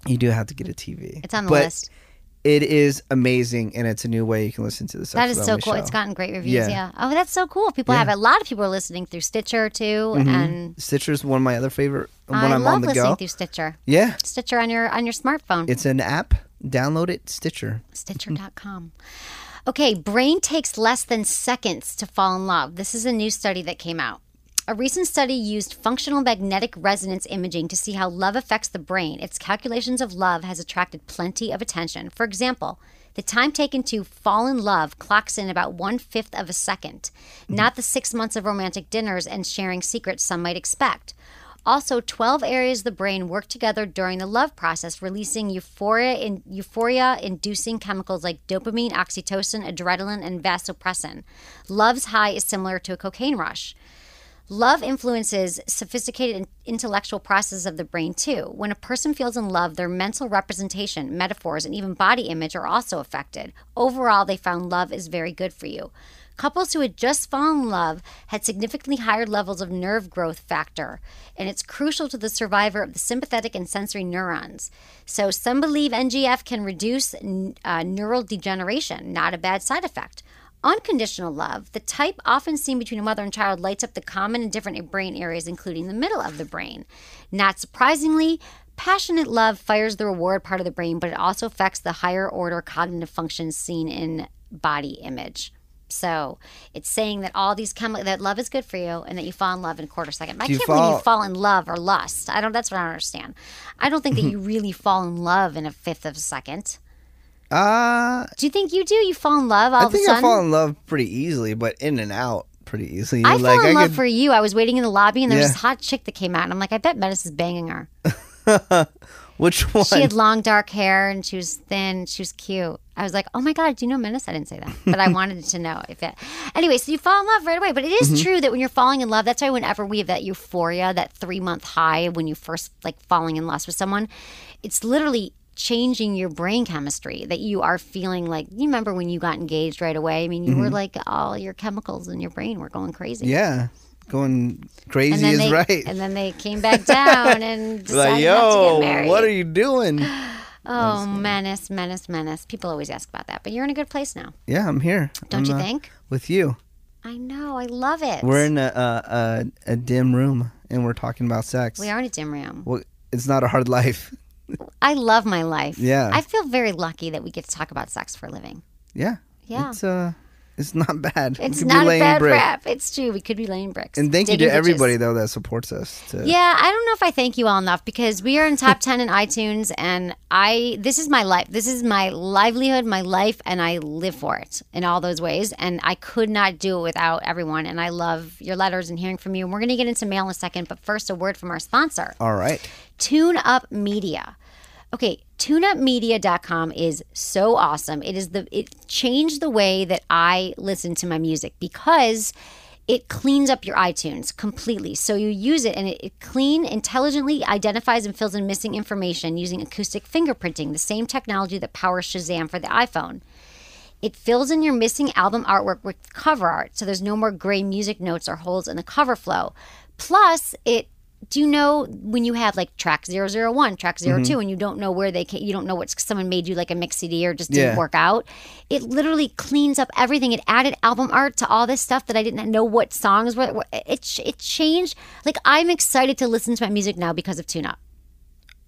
Speaker 3: You do have to get a TV.
Speaker 1: It's on the
Speaker 3: But
Speaker 1: list.
Speaker 3: It is amazing, and it's a new way you can listen to the Sex
Speaker 1: That is
Speaker 3: with
Speaker 1: so
Speaker 3: Emily
Speaker 1: cool.
Speaker 3: Show.
Speaker 1: It's gotten great reviews. Yeah.
Speaker 3: Yeah.
Speaker 1: Oh, that's so cool. People have a lot of people are listening through Stitcher too, and
Speaker 3: Stitcher's one of my other favorite Mm-hmm. when
Speaker 1: I
Speaker 3: am
Speaker 1: love
Speaker 3: on the
Speaker 1: listening
Speaker 3: go.
Speaker 1: through Stitcher.
Speaker 3: Yeah,
Speaker 1: Stitcher on your on your smartphone.
Speaker 3: it's an app. Download it, Stitcher.
Speaker 1: Stitcher.com. Okay, brain takes less than seconds to fall in love. This is a new study that came out. A recent study used functional magnetic resonance imaging to see how love affects the brain. Its calculations of love has attracted plenty of attention. For example, the time taken to fall in love clocks in about one fifth of a second, not the six months of romantic dinners and sharing secrets some might expect. Also, 12 areas of the brain work together during the love process, releasing euphoria in euphoria inducing chemicals like dopamine, oxytocin, adrenaline, and vasopressin. Love's high is similar to a cocaine rush. Love influences sophisticated in- intellectual processes of the brain too. When a person feels in love, their mental representation, metaphors, and even body image are also affected. Overall, they found love is very good for you. Couples who had just fallen in love had significantly higher levels of nerve growth factor, and it's crucial to the survivor of the sympathetic and sensory neurons. So, some believe NGF can reduce n- uh, neural degeneration, not a bad side effect. Unconditional love, the type often seen between a mother and child, lights up the common and different brain areas, including the middle of the brain. Not surprisingly, passionate love fires the reward part of the brain, but it also affects the higher order cognitive functions seen in body image. So it's saying that all these chemi- that love is good for you, and that you fall in love in a quarter second. But I
Speaker 3: Do you
Speaker 1: can't believe
Speaker 3: fall-
Speaker 1: you fall in love or lust. I don't. That's what I don't understand. I don't think that you really fall in love in a fifth of a second.
Speaker 3: Uh,
Speaker 1: Do you think you do? You fall in love all
Speaker 3: I
Speaker 1: of a
Speaker 3: think
Speaker 1: sudden.
Speaker 3: I fall in love pretty easily, but in and out pretty easily.
Speaker 1: I
Speaker 3: like
Speaker 1: fell in
Speaker 3: I
Speaker 1: love
Speaker 3: could,
Speaker 1: for you. I was waiting in the lobby, and there was
Speaker 3: Yeah.
Speaker 1: this hot chick that came out, and I'm like, I bet Menace is banging her.
Speaker 3: which one?
Speaker 1: She had long dark hair, and she was thin. She was cute. I was like, oh my god, do you know Menace? I didn't say that, but I wanted to know if it. Anyway, so you fall in love right away, but it is
Speaker 3: Mm-hmm.
Speaker 1: true that when you're falling in love, that's why whenever we have that euphoria, that three month high when you first like falling in lust with someone, it's literally changing your brain chemistry that you are feeling like you remember when you got engaged right away i mean you were
Speaker 3: Mm-hmm.
Speaker 1: like all your chemicals in your brain were going crazy
Speaker 3: yeah, going crazy is
Speaker 1: they,
Speaker 3: right.
Speaker 1: And then they came back down and decided
Speaker 3: like,
Speaker 1: not to get
Speaker 3: yo,
Speaker 1: married.
Speaker 3: what are you doing?
Speaker 1: oh, menace, menace, menace. People always ask about that, but you're in a good place now,
Speaker 3: Yeah, I'm here.
Speaker 1: don't you
Speaker 3: I'm, uh,
Speaker 1: think?
Speaker 3: With you,
Speaker 1: I know. I love it.
Speaker 3: we're in a a, a a dim room and we're talking about sex.
Speaker 1: we are in a dim room.
Speaker 3: Well, it's not a hard life.
Speaker 1: I love my life.
Speaker 3: Yeah.
Speaker 1: I feel very lucky that we get to talk about sex for a living.
Speaker 3: Yeah.
Speaker 1: Yeah.
Speaker 3: It's uh, it's not bad. We
Speaker 1: It's
Speaker 3: could be
Speaker 1: not a
Speaker 3: laying
Speaker 1: bad
Speaker 3: brick.
Speaker 1: rap. It's true. We could be laying bricks.
Speaker 3: And thank you
Speaker 1: digging
Speaker 3: to everybody
Speaker 1: ditches.
Speaker 3: though that supports us. To,
Speaker 1: Yeah, I don't know if I thank you all enough because we are in top 10 in iTunes and I this is my life. This is my livelihood, my life and I live for it in all those ways and I could not do it without everyone and I love your letters and hearing from you. And we're going to get into mail in a second, but first a word from our sponsor.
Speaker 3: All right.
Speaker 1: Tune Up Media. Okay, tuneupmedia.com is so awesome. It is the it changed the way that I listen to my music because it cleans up your iTunes completely. So you use it and it, it clean intelligently identifies and fills in missing information using acoustic fingerprinting, the same technology that powers Shazam for the iPhone. It fills in your missing album artwork with cover art, so there's no more gray music notes or holes in the cover flow. Plus, it do you know when you have like track 001, track 2
Speaker 3: Mm-hmm.
Speaker 1: and you don't know where they ca you don't know what someone made you like a mix CD or just didn't
Speaker 3: Yeah.
Speaker 1: work out? It literally cleans up everything. It added album art to all this stuff that I didn't know what songs were. were- It, ch- it changed. Like, I'm excited to listen to my music now because of Tune Up.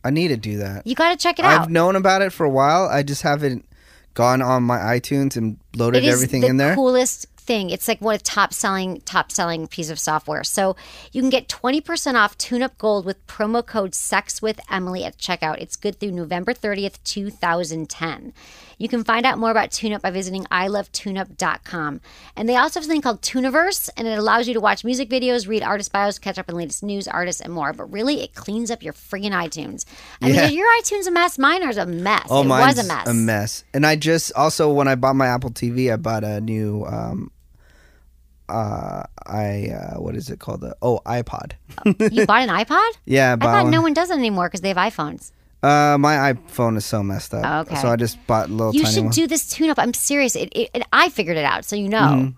Speaker 3: I need to do that.
Speaker 1: You got to check it out.
Speaker 3: I've known about it for a while. I just haven't gone on my iTunes and loaded
Speaker 1: It is
Speaker 3: everything
Speaker 1: the
Speaker 3: in there.
Speaker 1: Coolest thing. It's like one of the top selling top selling piece of software. So you can get 20% off TuneUp Gold with promo code Sex with Emily at checkout. It's good through November 30th, 2010. You can find out more about TuneUp by visiting ilovetuneup.com. And they also have something called Tuniverse, and it allows you to watch music videos, read artist bios, catch up on latest news, artists, and more. But really, it cleans up your friggin' iTunes. I
Speaker 3: Yeah.
Speaker 1: mean, your iTunes a mess. Mine is a mess.
Speaker 3: Oh,
Speaker 1: it
Speaker 3: mine's
Speaker 1: was a mess.
Speaker 3: a mess. And I just also when I bought my Apple TV, I bought a new um uh I uh what is it called? The oh, iPod.
Speaker 1: You bought an iPod?
Speaker 3: Yeah, I
Speaker 1: I
Speaker 3: bought
Speaker 1: thought
Speaker 3: one.
Speaker 1: no one does it anymore because they have iPhones.
Speaker 3: Uh, my iPhone is so messed up.
Speaker 1: Oh, Okay.
Speaker 3: So I just bought a little
Speaker 1: You
Speaker 3: tiny
Speaker 1: should
Speaker 3: one.
Speaker 1: do this tune up. I'm serious. It, it, and I figured it out, so you know. You know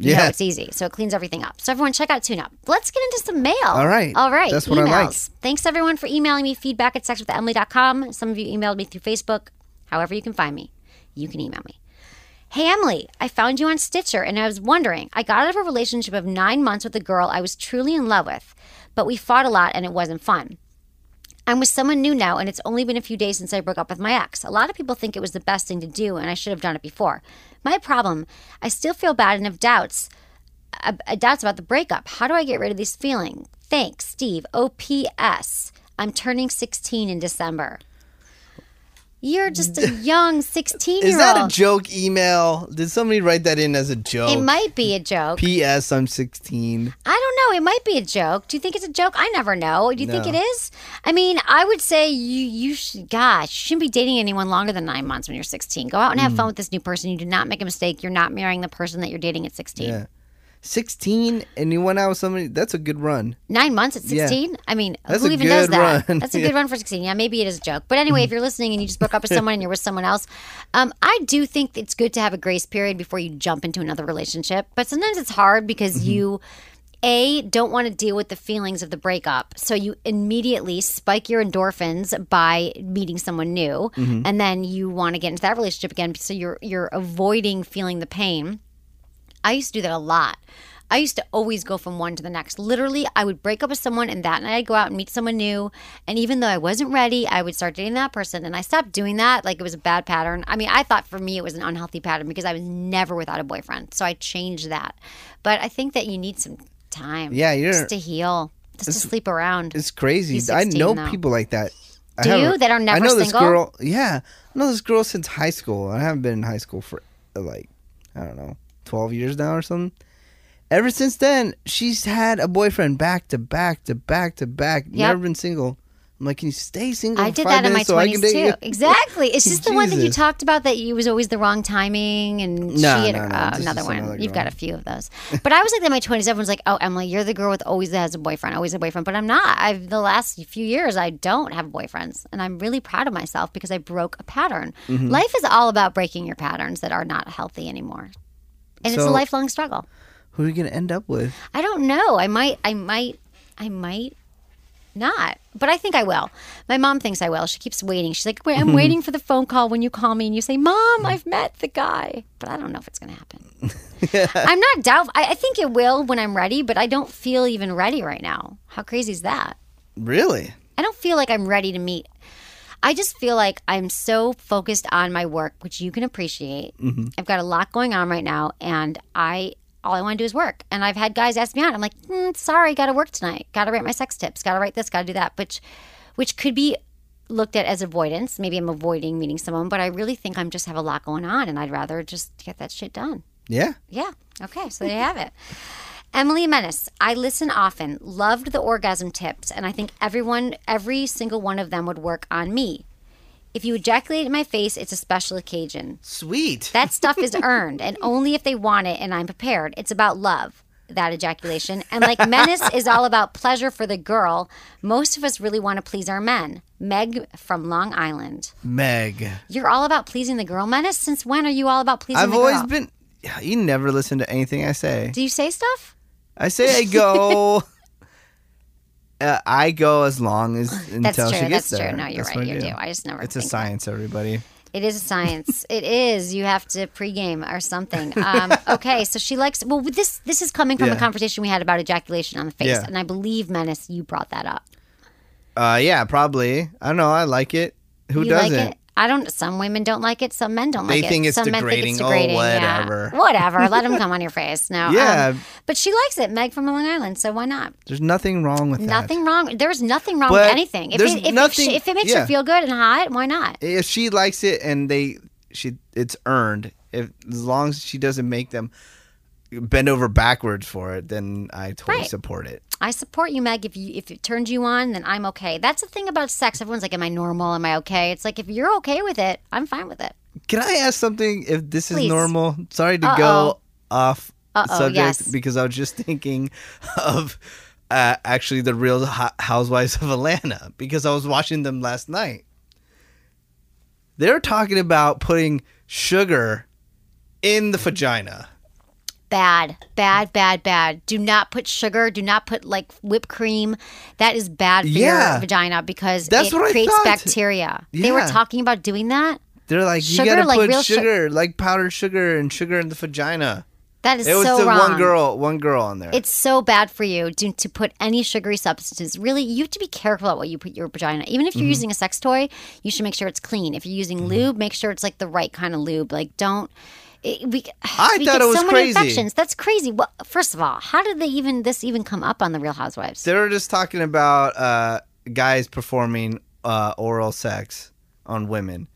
Speaker 3: Mm-hmm. Yeah.
Speaker 1: it's easy. So it cleans everything up. So everyone, check out Tune Up. Let's get into some mail. All
Speaker 3: right.
Speaker 1: All right.
Speaker 3: That's what I like.
Speaker 1: Emails. Thanks everyone for emailing me feedback at sexwithemily.com. Some of you emailed me through Facebook. However, you can find me, you can email me. Hey Emily, I found you on Stitcher and I was wondering. I got out of a relationship of nine months with a girl I was truly in love with, but we fought a lot and it wasn't fun. I'm with someone new now, and it's only been a few days since I broke up with my ex. A lot of people think it was the best thing to do, and I should have done it before. My problem I still feel bad and have doubts. Uh, uh, doubts about the breakup. How do I get rid of these feelings? Thanks, Steve. OPS. I'm turning 16 in December. You're just a young 16
Speaker 3: Is
Speaker 1: year
Speaker 3: that a
Speaker 1: old.
Speaker 3: joke email? Did somebody write that in as a joke?
Speaker 1: It might be a joke.
Speaker 3: P.S. I'm 16.
Speaker 1: I don't know. It might be a joke. Do you think it's a joke? I never know. Do you think
Speaker 3: No.
Speaker 1: it is? I mean, I would say you you should gosh, you shouldn't be dating anyone longer than 9 months when you're 16. Go out and have fun with this new person. You did not make a mistake. You're not marrying the person that you're dating at 16.
Speaker 3: Yeah. 16 and you went out with somebody. That's a good run.
Speaker 1: 9 months at 16? I mean,
Speaker 3: That's
Speaker 1: who
Speaker 3: a
Speaker 1: even knows
Speaker 3: good
Speaker 1: that?
Speaker 3: run.
Speaker 1: That's a
Speaker 3: Yeah.
Speaker 1: good run for 16. Yeah, maybe it is a joke. But anyway, if you're listening and you just broke up with someone and you're with someone else, um, I do think it's good to have a grace period before you jump into another relationship. But sometimes it's hard because
Speaker 3: Mm-hmm.
Speaker 1: you a don't want to deal with the feelings of the breakup so you immediately spike your endorphins by meeting someone new
Speaker 3: Mm-hmm.
Speaker 1: and then you want to get into that relationship again so you're you're avoiding feeling the pain i used to do that a lot i used to always go from one to the next literally i would break up with someone and that night i'd go out and meet someone new and even though i wasn't ready i would start dating that person and i stopped doing that like it was a bad pattern i mean i thought for me it was an unhealthy pattern because i was never without a boyfriend so i changed that but i think that you need some time
Speaker 3: Yeah, you're-
Speaker 1: just to heal just to sleep around
Speaker 3: It's crazy.
Speaker 1: He's
Speaker 3: I
Speaker 1: 16
Speaker 3: know
Speaker 1: now.
Speaker 3: people like that. I
Speaker 1: Do you?
Speaker 3: haven't-
Speaker 1: That are
Speaker 3: I
Speaker 1: never
Speaker 3: know this
Speaker 1: single?
Speaker 3: girl. Yeah, I know this girl since high school. I haven't been in high school for uh, like I don't know, twelve years now or something. Ever since then, she's had a boyfriend back to back to back to back. Never been single. I'm like, can you stay single?
Speaker 1: I
Speaker 3: for
Speaker 1: did
Speaker 3: five
Speaker 1: that in my
Speaker 3: minutes so I can
Speaker 1: twenties
Speaker 3: date
Speaker 1: too.
Speaker 3: you?
Speaker 1: Exactly. It's just the one that you
Speaker 3: Jesus.
Speaker 1: talked about that you was always the wrong timing, and she
Speaker 3: No,
Speaker 1: had
Speaker 3: no, no,
Speaker 1: uh,
Speaker 3: this
Speaker 1: another
Speaker 3: is
Speaker 1: one.
Speaker 3: another
Speaker 1: You've
Speaker 3: girl.
Speaker 1: got a few of those. But I was like that in my twenties. Everyone's like, "Oh, Emily, you're the girl with always that has a boyfriend, always a boyfriend." But I'm not. I've the last few years I don't have boyfriends, and I'm really proud of myself because I broke a pattern.
Speaker 3: Mm-hmm.
Speaker 1: Life is all about breaking your patterns that are not healthy anymore, and it's a
Speaker 3: So-
Speaker 1: lifelong struggle.
Speaker 3: Who are you gonna end up with?
Speaker 1: I don't know. I might. I might. I might not. But I think I will. My mom thinks I will. She keeps waiting. She's like, "Wait, I'm waiting for the phone call when you call me and you say, "Mom, I've met the guy." But I don't know if it's going to happen. I'm not doubtful. I, I think it will when I'm ready, but I don't feel even ready right now. How crazy is that?
Speaker 3: Really?
Speaker 1: I don't feel like I'm ready to meet. I just feel like I'm so focused on my work, which you can appreciate. I've got a lot going on right now, and I all I want to do is work. And I've had guys ask me out. I'm like, mm, sorry, got to work tonight. Got to write my sex tips. Got to write this. Got to do that. Which, which could be looked at as avoidance. Maybe I'm avoiding meeting someone, but I really think I'm just have a lot going on, and I'd rather just get that shit done.
Speaker 3: Yeah.
Speaker 1: Yeah. Okay. So there you have it. Emily Menace, I listen often, loved the orgasm tips, and I think everyone, every single one of them would work on me. If you ejaculate in my face, it's a special occasion.
Speaker 3: Sweet.
Speaker 1: That stuff is earned, and only if they want it and I'm prepared. It's about love, that ejaculation. And like Menace is all about pleasure for the girl, most of us really want to please our men. Meg from Long Island.
Speaker 3: Meg.
Speaker 1: You're all about pleasing the girl, Menace? Since when are you all about pleasing
Speaker 3: I've
Speaker 1: the girl?
Speaker 3: always been. You never listen to anything I say.
Speaker 1: Do you say stuff?
Speaker 3: I say I go. uh, I go as long as until
Speaker 1: That's
Speaker 3: she
Speaker 1: true.
Speaker 3: gets
Speaker 1: That's
Speaker 3: there.
Speaker 1: true. No, you're
Speaker 3: That's
Speaker 1: right.
Speaker 3: what
Speaker 1: You do. I just never.
Speaker 3: It's a
Speaker 1: think-
Speaker 3: science, everybody.
Speaker 1: It is a science. it is. You have to pregame or something. Um, okay, so she likes. Well, this this is coming from a
Speaker 3: Yeah.
Speaker 1: conversation we had about ejaculation on the face,
Speaker 3: Yeah.
Speaker 1: and I believe Menace, you brought that up.
Speaker 3: Uh, yeah, probably. I don't know. I like it. Who
Speaker 1: you
Speaker 3: doesn't?
Speaker 1: like it? I don't. Some women don't like it. Some men don't
Speaker 3: They
Speaker 1: like it.
Speaker 3: think it's
Speaker 1: some men think it's
Speaker 3: degrading.
Speaker 1: degrading.
Speaker 3: Oh,
Speaker 1: yeah.
Speaker 3: whatever.
Speaker 1: Whatever. Let them come on your face. No. um,
Speaker 3: Yeah.
Speaker 1: but she likes it. Meg from Long Island. So why not?
Speaker 3: There's nothing wrong with
Speaker 1: Nothing wrong. There's nothing wrong with
Speaker 3: But
Speaker 1: anything. If
Speaker 3: there's
Speaker 1: it, if,
Speaker 3: nothing-
Speaker 1: it, if it makes
Speaker 3: yeah.
Speaker 1: you feel good and hot, why not?
Speaker 3: that. If she likes it and they, she, it's earned. If as long as she doesn't make them bend over backwards for it, then I totally
Speaker 1: Right.
Speaker 3: support it.
Speaker 1: I support you, Meg. If you if it turns you on, then I'm okay. That's the thing about sex. Everyone's like, "Am I normal? Am I okay?" It's like if you're okay with it, I'm fine with it.
Speaker 3: Can I ask something? If this
Speaker 1: Please.
Speaker 3: is normal, sorry to
Speaker 1: Uh-oh.
Speaker 3: go off
Speaker 1: Uh-oh,
Speaker 3: subject
Speaker 1: yes.
Speaker 3: because I was just thinking of uh, actually the Real Ho- Housewives of Atlanta because I was watching them last night. They're talking about putting sugar in the vagina.
Speaker 1: Bad, bad, bad, bad. Do not put sugar. Do not put like whipped cream. That is bad for your
Speaker 3: Yeah.
Speaker 1: vagina because
Speaker 3: That's
Speaker 1: it
Speaker 3: what I
Speaker 1: creates
Speaker 3: thought.
Speaker 1: bacteria. They were
Speaker 3: Yeah.
Speaker 1: talking about doing that.
Speaker 3: They're like,
Speaker 1: Sugar,
Speaker 3: you gotta
Speaker 1: like real
Speaker 3: put
Speaker 1: su-
Speaker 3: sugar, like powdered sugar, and sugar in the vagina.
Speaker 1: That is
Speaker 3: It was
Speaker 1: so
Speaker 3: the
Speaker 1: wrong.
Speaker 3: one girl, one girl on there.
Speaker 1: It's so bad for you to, to put any sugary substances. Really, you have to be careful about what you put in your vagina. Even if you're
Speaker 3: Mm-hmm.
Speaker 1: using a sex toy, you should make sure it's clean. If you're using lube, make sure it's like the right kind of lube. Like, don't. It, we,
Speaker 3: I
Speaker 1: we
Speaker 3: thought
Speaker 1: get
Speaker 3: it was
Speaker 1: so many
Speaker 3: crazy.
Speaker 1: infections. That's crazy. Well, first of all, how did they even this even come up on the Real Housewives?
Speaker 3: They were just talking about uh, guys performing uh, oral sex on women,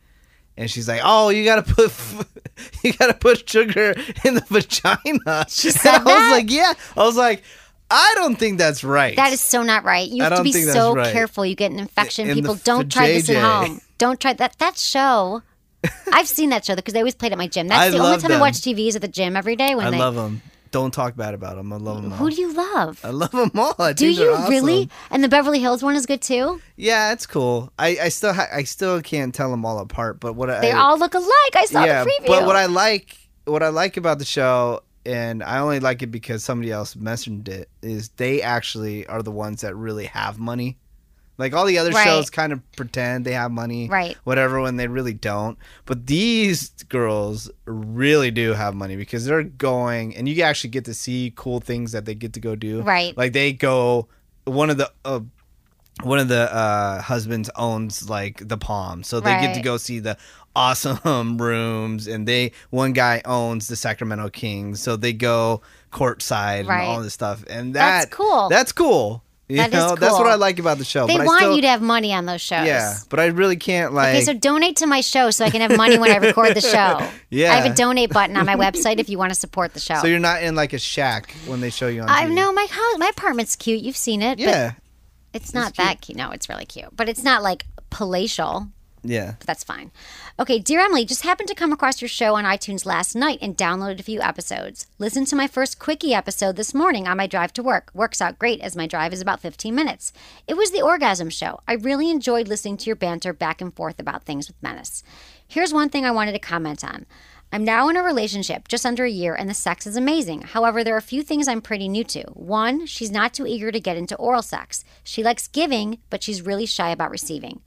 Speaker 3: and she's like, "Oh, you gotta put, you gotta put sugar in the vagina." She
Speaker 1: said
Speaker 3: I was
Speaker 1: that?
Speaker 3: like, "Yeah." I was like, "I don't think that's right."
Speaker 1: That is so not right. You
Speaker 3: I
Speaker 1: have to
Speaker 3: don't
Speaker 1: be
Speaker 3: think that's
Speaker 1: so
Speaker 3: right.
Speaker 1: careful. You get an infection.
Speaker 3: In the
Speaker 1: People don't try this at
Speaker 3: JJ.
Speaker 1: home. Don't try that. That show. I've seen that show because they always played at my gym. That's
Speaker 3: I
Speaker 1: the only
Speaker 3: love
Speaker 1: time I
Speaker 3: them.
Speaker 1: watch TV is at the gym every day. When
Speaker 3: I
Speaker 1: they,
Speaker 3: love them. Don't talk bad about them. I love them.
Speaker 1: who do you love?
Speaker 3: I love them all. I
Speaker 1: do
Speaker 3: think they're
Speaker 1: you
Speaker 3: awesome.
Speaker 1: really? And the Beverly Hills one is good too.
Speaker 3: Yeah, it's cool. I, I still ha- I still can't tell them all apart, but what
Speaker 1: They
Speaker 3: I,
Speaker 1: all look alike. I saw
Speaker 3: yeah,
Speaker 1: the preview.
Speaker 3: but what I like what I like about the show, and I only like it because somebody else mentioned it, is they actually are the ones that really have money. Like all the other
Speaker 1: Right.
Speaker 3: shows, kind of pretend they have money,
Speaker 1: Right.
Speaker 3: Whatever, when they really don't. But these girls really do have money because they're going, and you actually get to see cool things that they get to go do,
Speaker 1: Right.
Speaker 3: Like they go, one of the uh, one of the uh, husbands owns like the Palm, so they get to
Speaker 1: Right.
Speaker 3: go see the awesome rooms, and they one guy owns the Sacramento Kings, so they go courtside
Speaker 1: Right.
Speaker 3: and all this stuff, and
Speaker 1: That's
Speaker 3: that,
Speaker 1: cool.
Speaker 3: That's cool. You
Speaker 1: That is
Speaker 3: know, that's what
Speaker 1: cool.
Speaker 3: I like about the show.
Speaker 1: they
Speaker 3: but
Speaker 1: want
Speaker 3: I still,
Speaker 1: you to have money on those shows.
Speaker 3: yeah, but I really can't like.
Speaker 1: Okay, so donate to my show so I can have money when I record the show.
Speaker 3: Yeah.
Speaker 1: I have a donate button on my website if you want to support the show.
Speaker 3: so you're not in like a shack when they show you on.
Speaker 1: I
Speaker 3: TV.
Speaker 1: know my house, my apartment's cute. You've seen it. but
Speaker 3: Yeah,
Speaker 1: It's not that cute. No, it's really cute, but it's not like palatial.
Speaker 3: yeah.
Speaker 1: But that's fine. Okay, dear Emily, just happened to come across your show on iTunes last night and downloaded a few episodes. Listened to my first quickie episode this morning on my drive to work. Works out great as my drive is about 15 minutes. It was the orgasm show. I really enjoyed listening to your banter back and forth about things with Menace. Here's one thing I wanted to comment on. I'm now in a relationship just under a year and the sex is amazing. However, there are a few things I'm pretty new to. One, she's not too eager to get into oral sex. She likes giving, but she's really shy about receiving.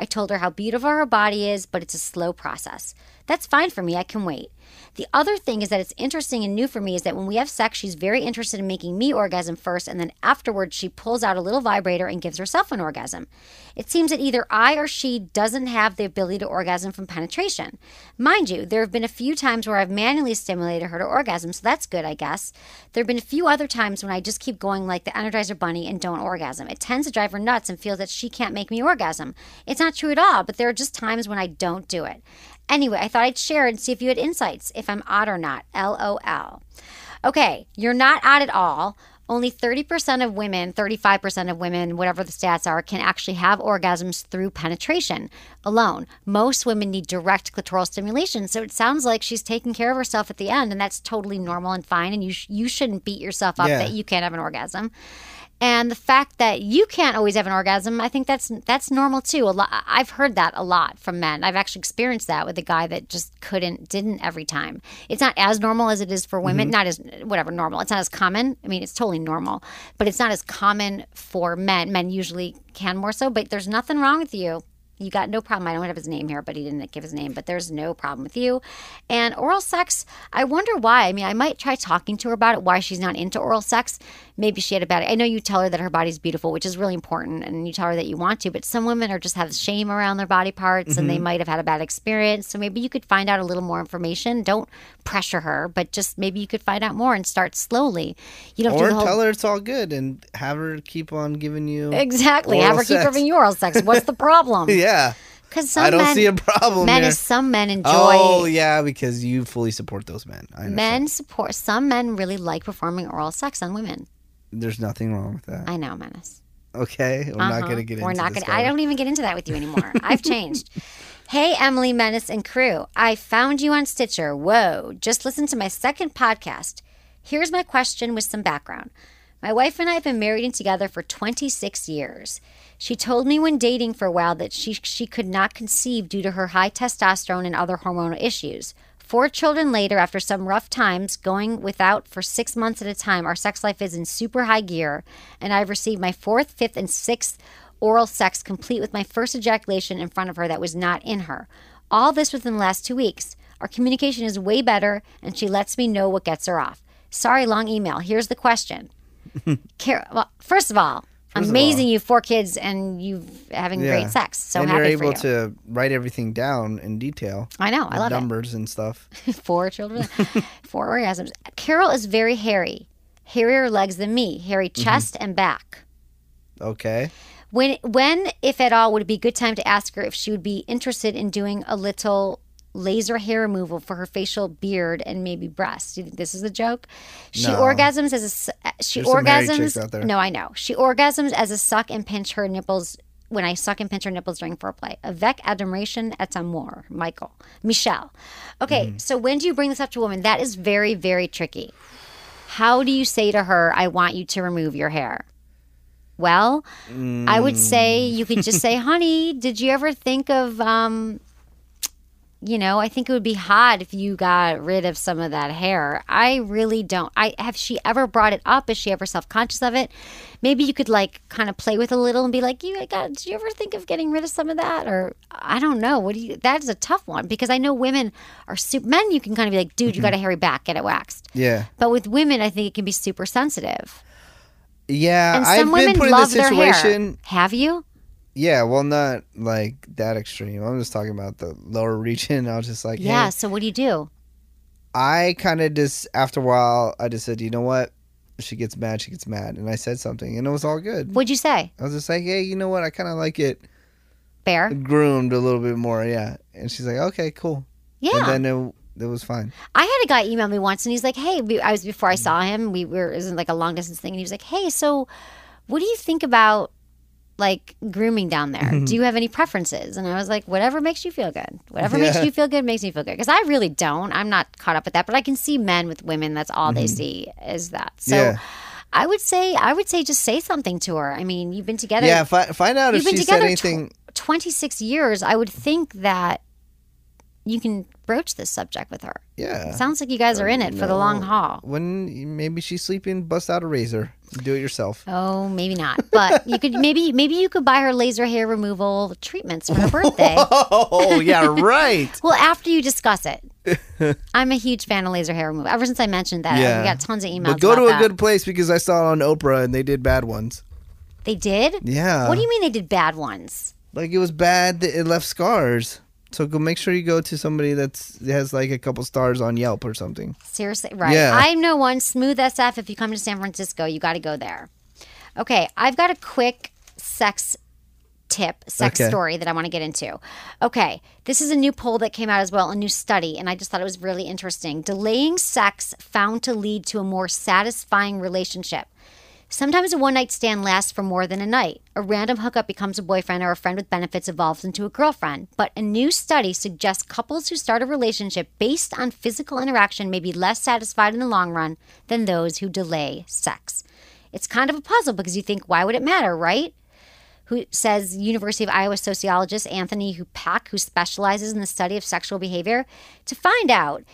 Speaker 1: I told her how beautiful her body is, but it's a slow process. That's fine for me, I can wait. The other thing is that it's interesting and new for me is that when we have sex, she's very interested in making me orgasm first, and then afterwards, she pulls out a little vibrator and gives herself an orgasm. It seems that either I or she doesn't have the ability to orgasm from penetration. Mind you, there have been a few times where I've manually stimulated her to orgasm, so that's good, I guess. There have been a few other times when I just keep going like the Energizer Bunny and don't orgasm. It tends to drive her nuts and feels that she can't make me orgasm. It's not true at all, but there are just times when I don't do it. Anyway, I thought I'd share and see if you had insights, if I'm odd or not. LOL. Okay, you're not odd at all. Only 30% of women, 35% of women, whatever the stats are, can actually have orgasms through penetration alone. Most women need direct clitoral stimulation. So it sounds like she's taking care of herself at the end, and that's totally normal and fine. And you, sh- you shouldn't beat yourself up
Speaker 3: Yeah.
Speaker 1: that you can't have an orgasm. And the fact that you can't always have an orgasm, I think that's that's normal too. A lot, I've heard that a lot from men. I've actually experienced that with a guy that just couldn't, didn't every time. It's not as normal as it is for women. Not as whatever normal. It's not as common. I mean, it's totally normal, but it's not as common for men. Men usually can more so. But there's nothing wrong with you. You got no problem. I don't have his name here, but he didn't give his name. But there's no problem with you. And oral sex, I wonder why. I mean, I might try talking to her about it, why she's not into oral sex. Maybe she had a bad. I know you tell her that her body's beautiful, which is really important, and you tell her that you want to. But some women are just have shame around their body parts, and they
Speaker 3: Mm-hmm.
Speaker 1: might have had a bad experience. So maybe you could find out a little more information. Don't pressure her, but just maybe you could find out more and start slowly. You don't have
Speaker 3: Or
Speaker 1: to do the whole
Speaker 3: tell her it's all good and have her keep on giving you.
Speaker 1: exactly. Have
Speaker 3: oral
Speaker 1: her keep
Speaker 3: sex.
Speaker 1: having you oral sex. What's the problem?
Speaker 3: Yeah,
Speaker 1: Because some
Speaker 3: I don't
Speaker 1: men,
Speaker 3: see a problem
Speaker 1: men
Speaker 3: there.
Speaker 1: is some men enjoy.
Speaker 3: Oh yeah, because you fully support those men. I understand.
Speaker 1: Men support some men really like performing oral sex on women.
Speaker 3: There's nothing wrong with that.
Speaker 1: I know, menace.
Speaker 3: Okay, we're
Speaker 1: Uh-huh.
Speaker 3: not gonna get into.
Speaker 1: We're not
Speaker 3: this
Speaker 1: gonna. I
Speaker 3: garbage.
Speaker 1: don't even get into that with you anymore. I've changed. Hey, Emily, menace, and crew. I found you on Stitcher. Whoa! Just listen to my second podcast. Here's my question with some background. My wife and I have been married and together for 26 years. She told me when dating for a while that she she could not conceive due to her high testosterone and other hormonal issues. Four children later, after some rough times, going without for six months at a time, our sex life is in super high gear, and I've received my fourth, fifth, and sixth oral sex complete with my first ejaculation in front of her that was not in her. All this within the last two weeks. Our communication is way better, and she lets me know what gets her off. Sorry, long email. Here's the question. Car- well, first of all, amazing you have four kids and you having
Speaker 3: Yeah.
Speaker 1: great sex. So
Speaker 3: and
Speaker 1: happy
Speaker 3: you're
Speaker 1: for
Speaker 3: able
Speaker 1: you.
Speaker 3: to write everything down in detail.
Speaker 1: I know. I love it.
Speaker 3: numbers and stuff.
Speaker 1: four children, four orgasms. Carol is very
Speaker 3: Mm-hmm.
Speaker 1: hairy, hairier legs than me, hairy chest and back.
Speaker 3: Okay.
Speaker 1: When, when, if at all, would it be a good time to ask her if she would be interested in doing a little laser hair removal for her facial beard and maybe breasts? Do you think this is a joke? She
Speaker 3: No.
Speaker 1: orgasms as a s- uh, she
Speaker 3: There's some married chicks out
Speaker 1: orgasms.
Speaker 3: there.
Speaker 1: No, I know she orgasms as a suck and pinch her nipples when I suck and pinch her nipples during foreplay. Avec admiration et amour, Michael, Michelle. Okay,
Speaker 3: Mm.
Speaker 1: so when do you bring this up to a woman? That is very, very tricky. How do you say to her, "I want you to remove your hair"? Well, I would say
Speaker 3: Mm.
Speaker 1: you could just say, "Honey, did you ever think of um, you know, I think it would be hot if you got rid of some of that hair. I really don't. I have she ever brought it up? Is she ever self conscious of it? Maybe you could like kind of play with a little and be like, "You, I got. Did you ever think of getting rid of some of that?" Or I don't know. What do you? That is a tough one because I know women are super. Men, you can kind of be like, "Dude,
Speaker 3: Mm-hmm.
Speaker 1: you got a hairy back. Get it waxed."
Speaker 3: Yeah.
Speaker 1: But with women, I think it can be super sensitive.
Speaker 3: Yeah,
Speaker 1: And
Speaker 3: I've
Speaker 1: some
Speaker 3: been
Speaker 1: women
Speaker 3: put in
Speaker 1: love
Speaker 3: this
Speaker 1: their hair.
Speaker 3: situation.
Speaker 1: Have you?
Speaker 3: Yeah, well, not like that extreme. I'm just talking about the lower region. I was just like,
Speaker 1: Yeah.
Speaker 3: yeah.
Speaker 1: So what do you do?
Speaker 3: I kind of just after a while, I just said, you know what? If She gets mad. She gets mad, and I said something, and it was all good.
Speaker 1: What'd you say?
Speaker 3: I was just like, hey, you know what? I kind of like it
Speaker 1: Bear?
Speaker 3: groomed a little bit more. Yeah, and she's like, okay, cool.
Speaker 1: Yeah.
Speaker 3: And then it, it was fine.
Speaker 1: I had a guy email me once, and he's like, "Hey, we- I was before I saw him. We were it was in like a long distance thing, and he was like, "Hey, so what do you think about like grooming down there?
Speaker 3: Mm-hmm.
Speaker 1: Do you have any preferences?" And I was like, "Whatever makes you feel good. Whatever makes
Speaker 3: Yeah.
Speaker 1: you feel good makes me feel good." Because I really don't. I'm not caught up with that, but I can see men with women. That's all they see is that. So.
Speaker 3: Mm-hmm. Yeah.
Speaker 1: I would say, I would say, just say something to her. I mean, you've been together.
Speaker 3: Yeah, fi- find out
Speaker 1: You've
Speaker 3: if
Speaker 1: been
Speaker 3: she said
Speaker 1: together
Speaker 3: anything.
Speaker 1: tw- 26 years. I would think that you can broach this subject with her.
Speaker 3: yeah. Oh,
Speaker 1: Sounds like you guys are in it for the long haul.
Speaker 3: When maybe she's sleeping, bust out a razor. Do it yourself.
Speaker 1: Oh, maybe not. But you could maybe maybe you could buy her laser hair removal treatments for her birthday.
Speaker 3: Oh yeah, right.
Speaker 1: well, after you discuss it. I'm a huge fan of laser hair removal. Ever since I mentioned that,
Speaker 3: Yeah.
Speaker 1: we got tons of emails.
Speaker 3: but go
Speaker 1: about
Speaker 3: to a
Speaker 1: that.
Speaker 3: good place because I saw it on Oprah and they did bad ones.
Speaker 1: They did?
Speaker 3: Yeah.
Speaker 1: What do you mean they did bad ones?
Speaker 3: Like it was bad. That it left scars. So go make sure you go to somebody that's that has like a couple stars on Yelp or something.
Speaker 1: Seriously, right?
Speaker 3: Yeah.
Speaker 1: I know one smooth SF. If you come to San Francisco, you got to go there. Okay, I've got a quick sex tip, sex
Speaker 3: Okay.
Speaker 1: story that I want to get into. Okay, this is a new poll that came out as well, a new study, and I just thought it was really interesting. Delaying sex found to lead to a more satisfying relationship. Sometimes a one night stand lasts for more than a night. A random hookup becomes a boyfriend or a friend with benefits evolves into a girlfriend. But a new study suggests couples who start a relationship based on physical interaction may be less satisfied in the long run than those who delay sex. It's kind of a puzzle because you think, why would it matter, right? who says University of Iowa sociologist Anthony Hupak, who specializes in the study of sexual behavior, to find out.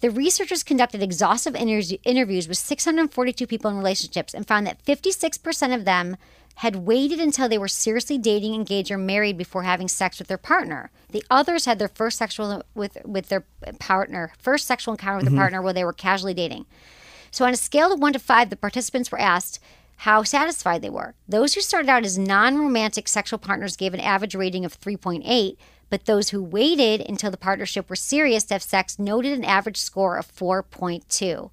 Speaker 1: The researchers conducted exhaustive inter- interviews with 642 people in relationships and found that 56% of them had waited until they were seriously dating, engaged, or married before having sex with their partner. The others had their first sexual with with their partner, first sexual encounter with their partner while they were casually dating. So, on a scale of one to five, the participants were asked how satisfied they were. Those who started out as non romantic sexual partners gave an average rating of 3.8, but those who waited until the partnership were serious to have sex noted an average score of 4.2.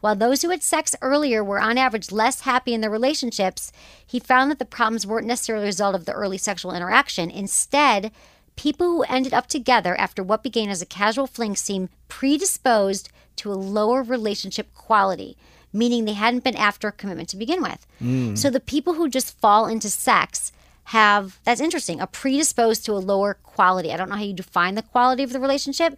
Speaker 1: While those who had sex earlier were on average less happy in their relationships, he found that the problems weren't necessarily a result of the early sexual interaction. Instead, people who ended up together after what began as a casual fling seemed predisposed to a lower relationship quality, meaning they hadn't been after a commitment to begin with. So the people who just fall into sex have that's interesting, a predisposed to a lower quality. I don't know how you define the quality of the relationship,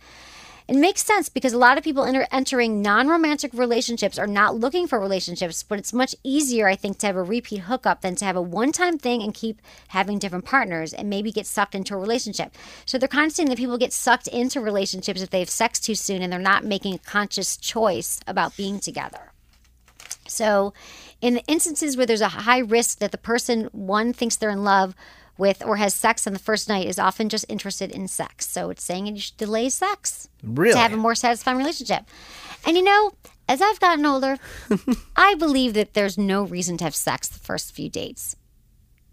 Speaker 1: it makes sense because a lot of people enter- entering non romantic relationships are not looking for relationships, but it's much easier, I think, to have a repeat hookup than to have a one time thing and keep having different partners and maybe get sucked into a relationship. So they're kind of saying that people get sucked into relationships if they have sex too soon and they're not making a conscious choice about being together. So, in the instances where there's a high risk that the person one thinks they're in love with or has sex on the first night is often just interested in sex. So, it's saying you should delay sex
Speaker 3: Really?
Speaker 1: to have a more satisfying relationship. And you know, as I've gotten older, I believe that there's no reason to have sex the first few dates,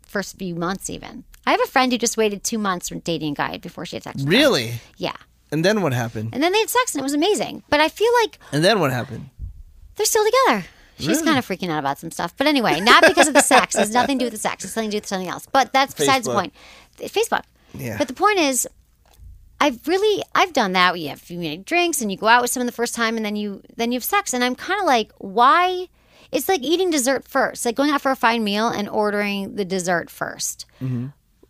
Speaker 1: first few months, even. I have a friend who just waited two months from dating a guy before she had sex. with him.
Speaker 3: Really?
Speaker 1: Yeah.
Speaker 3: And then what happened?
Speaker 1: And then they had sex and it was amazing. But I feel like
Speaker 3: And then what happened?
Speaker 1: they're still together. She's kind of freaking out about some stuff. But anyway, not because of the sex. It has nothing to do with the sex. It's something to do with something else. But that's besides the
Speaker 4: Facebook.
Speaker 1: point. Th- Facebook.
Speaker 3: Yeah.
Speaker 1: But the point is, I've really I've done that. You have you make drinks and you go out with someone the first time and then you then you have sex. And I'm kinda like, why it's like eating dessert first, like going out for a fine meal and ordering the dessert 1st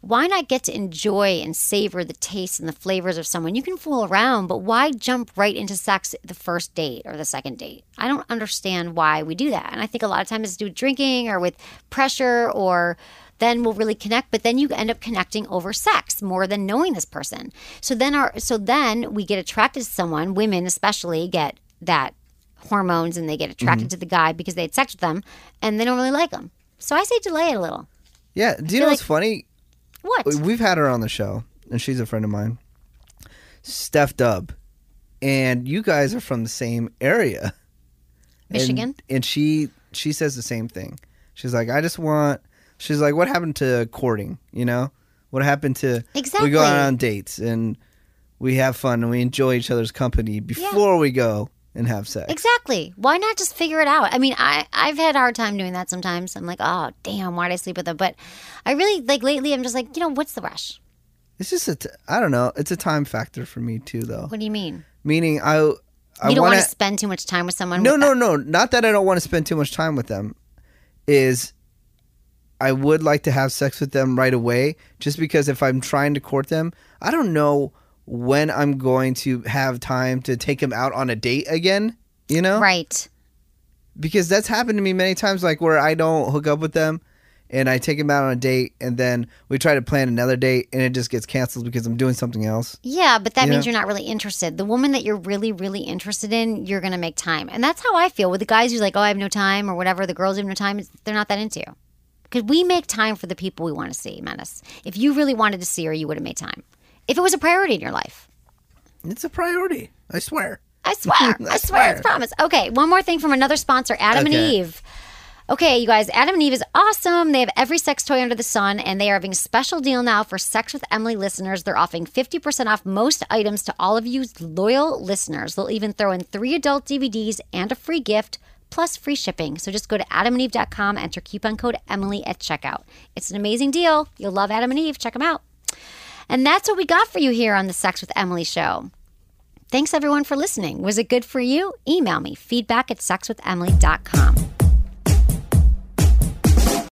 Speaker 1: Why not get to enjoy and savor the taste and the flavors of someone? You can fool around, but why jump right into sex the first date or the second date? I don't understand why we do that. And I think a lot of times it's due to drinking or with pressure or then we'll really connect but then you end up connecting over sex more than knowing this person so then our so then we get attracted to someone women especially get that hormones and they get attracted to the guy because they had sex with them and they don't really like them so i say delay it a little
Speaker 3: Yeah. Do you know
Speaker 1: feel
Speaker 3: what's
Speaker 1: like-
Speaker 3: funny?
Speaker 1: what
Speaker 3: We've had her on the show, and she's a friend of mine, Steph Dub, and you guys are from the same area, And-
Speaker 1: michigan
Speaker 3: And, she she says the same thing. She's like, I just want. She's like, what happened to courting? You know, what happened to we
Speaker 1: Exactly.
Speaker 3: go out on dates and we have fun and we enjoy each other's company before we go and have sex.
Speaker 1: exactly why not just figure it out i mean i i've had a hard time doing that sometimes i'm like oh damn why did i sleep with them but i really like lately i'm just like you know what's the rush
Speaker 3: It's just a t- I don't know. It's a time factor for me too, though.
Speaker 1: what do you mean
Speaker 3: Meaning I I
Speaker 1: you don't want
Speaker 3: want
Speaker 1: to spend too much time with someone
Speaker 3: No,
Speaker 1: with
Speaker 3: no,
Speaker 1: that-
Speaker 3: no. Not that I don't want to spend too much time with them. Is I would like to have sex with them right away just because if I'm trying to court them, I don't know when I'm going to have time to take them out on a date again, you know?
Speaker 1: right
Speaker 3: Because that's happened to me many times like where I don't hook up with them and I take them out on a date and then we try to plan another date and it just gets canceled because I'm doing something else.
Speaker 1: Yeah, but that
Speaker 3: You
Speaker 1: means
Speaker 3: know?
Speaker 1: you're not really interested. The woman that you're really, really interested in, you're going to make time. And that's how I feel with the guys who's like, oh, I have no time or whatever. The girls have no time. It's- They're not that into you. Because we make time for the people we want to see, Menace. If you really wanted to see her, you would have made time. If it was a priority in your life.
Speaker 3: It's a priority, I swear.
Speaker 1: I swear.
Speaker 3: I
Speaker 1: I swear.
Speaker 3: swear.
Speaker 1: It's promise. Okay, one more thing from another sponsor, Adam and
Speaker 3: Okay.
Speaker 1: Eve. Okay, you guys, Adam and Eve is awesome. They have every sex toy under the sun, and they are having a special deal now for Sex with Emily listeners. They're offering 50% off most items to all of you loyal listeners. They'll even throw in three adult DVDs and a free gift, plus free shipping. So just go to adamandeve.com, enter coupon code Emily at checkout. It's an amazing deal. You'll love Adam and Eve. Check them out. And that's what we got for you here on the Sex with Emily show. Thanks everyone for listening. Was it good for you? Email me feedback at sexwithemily.com.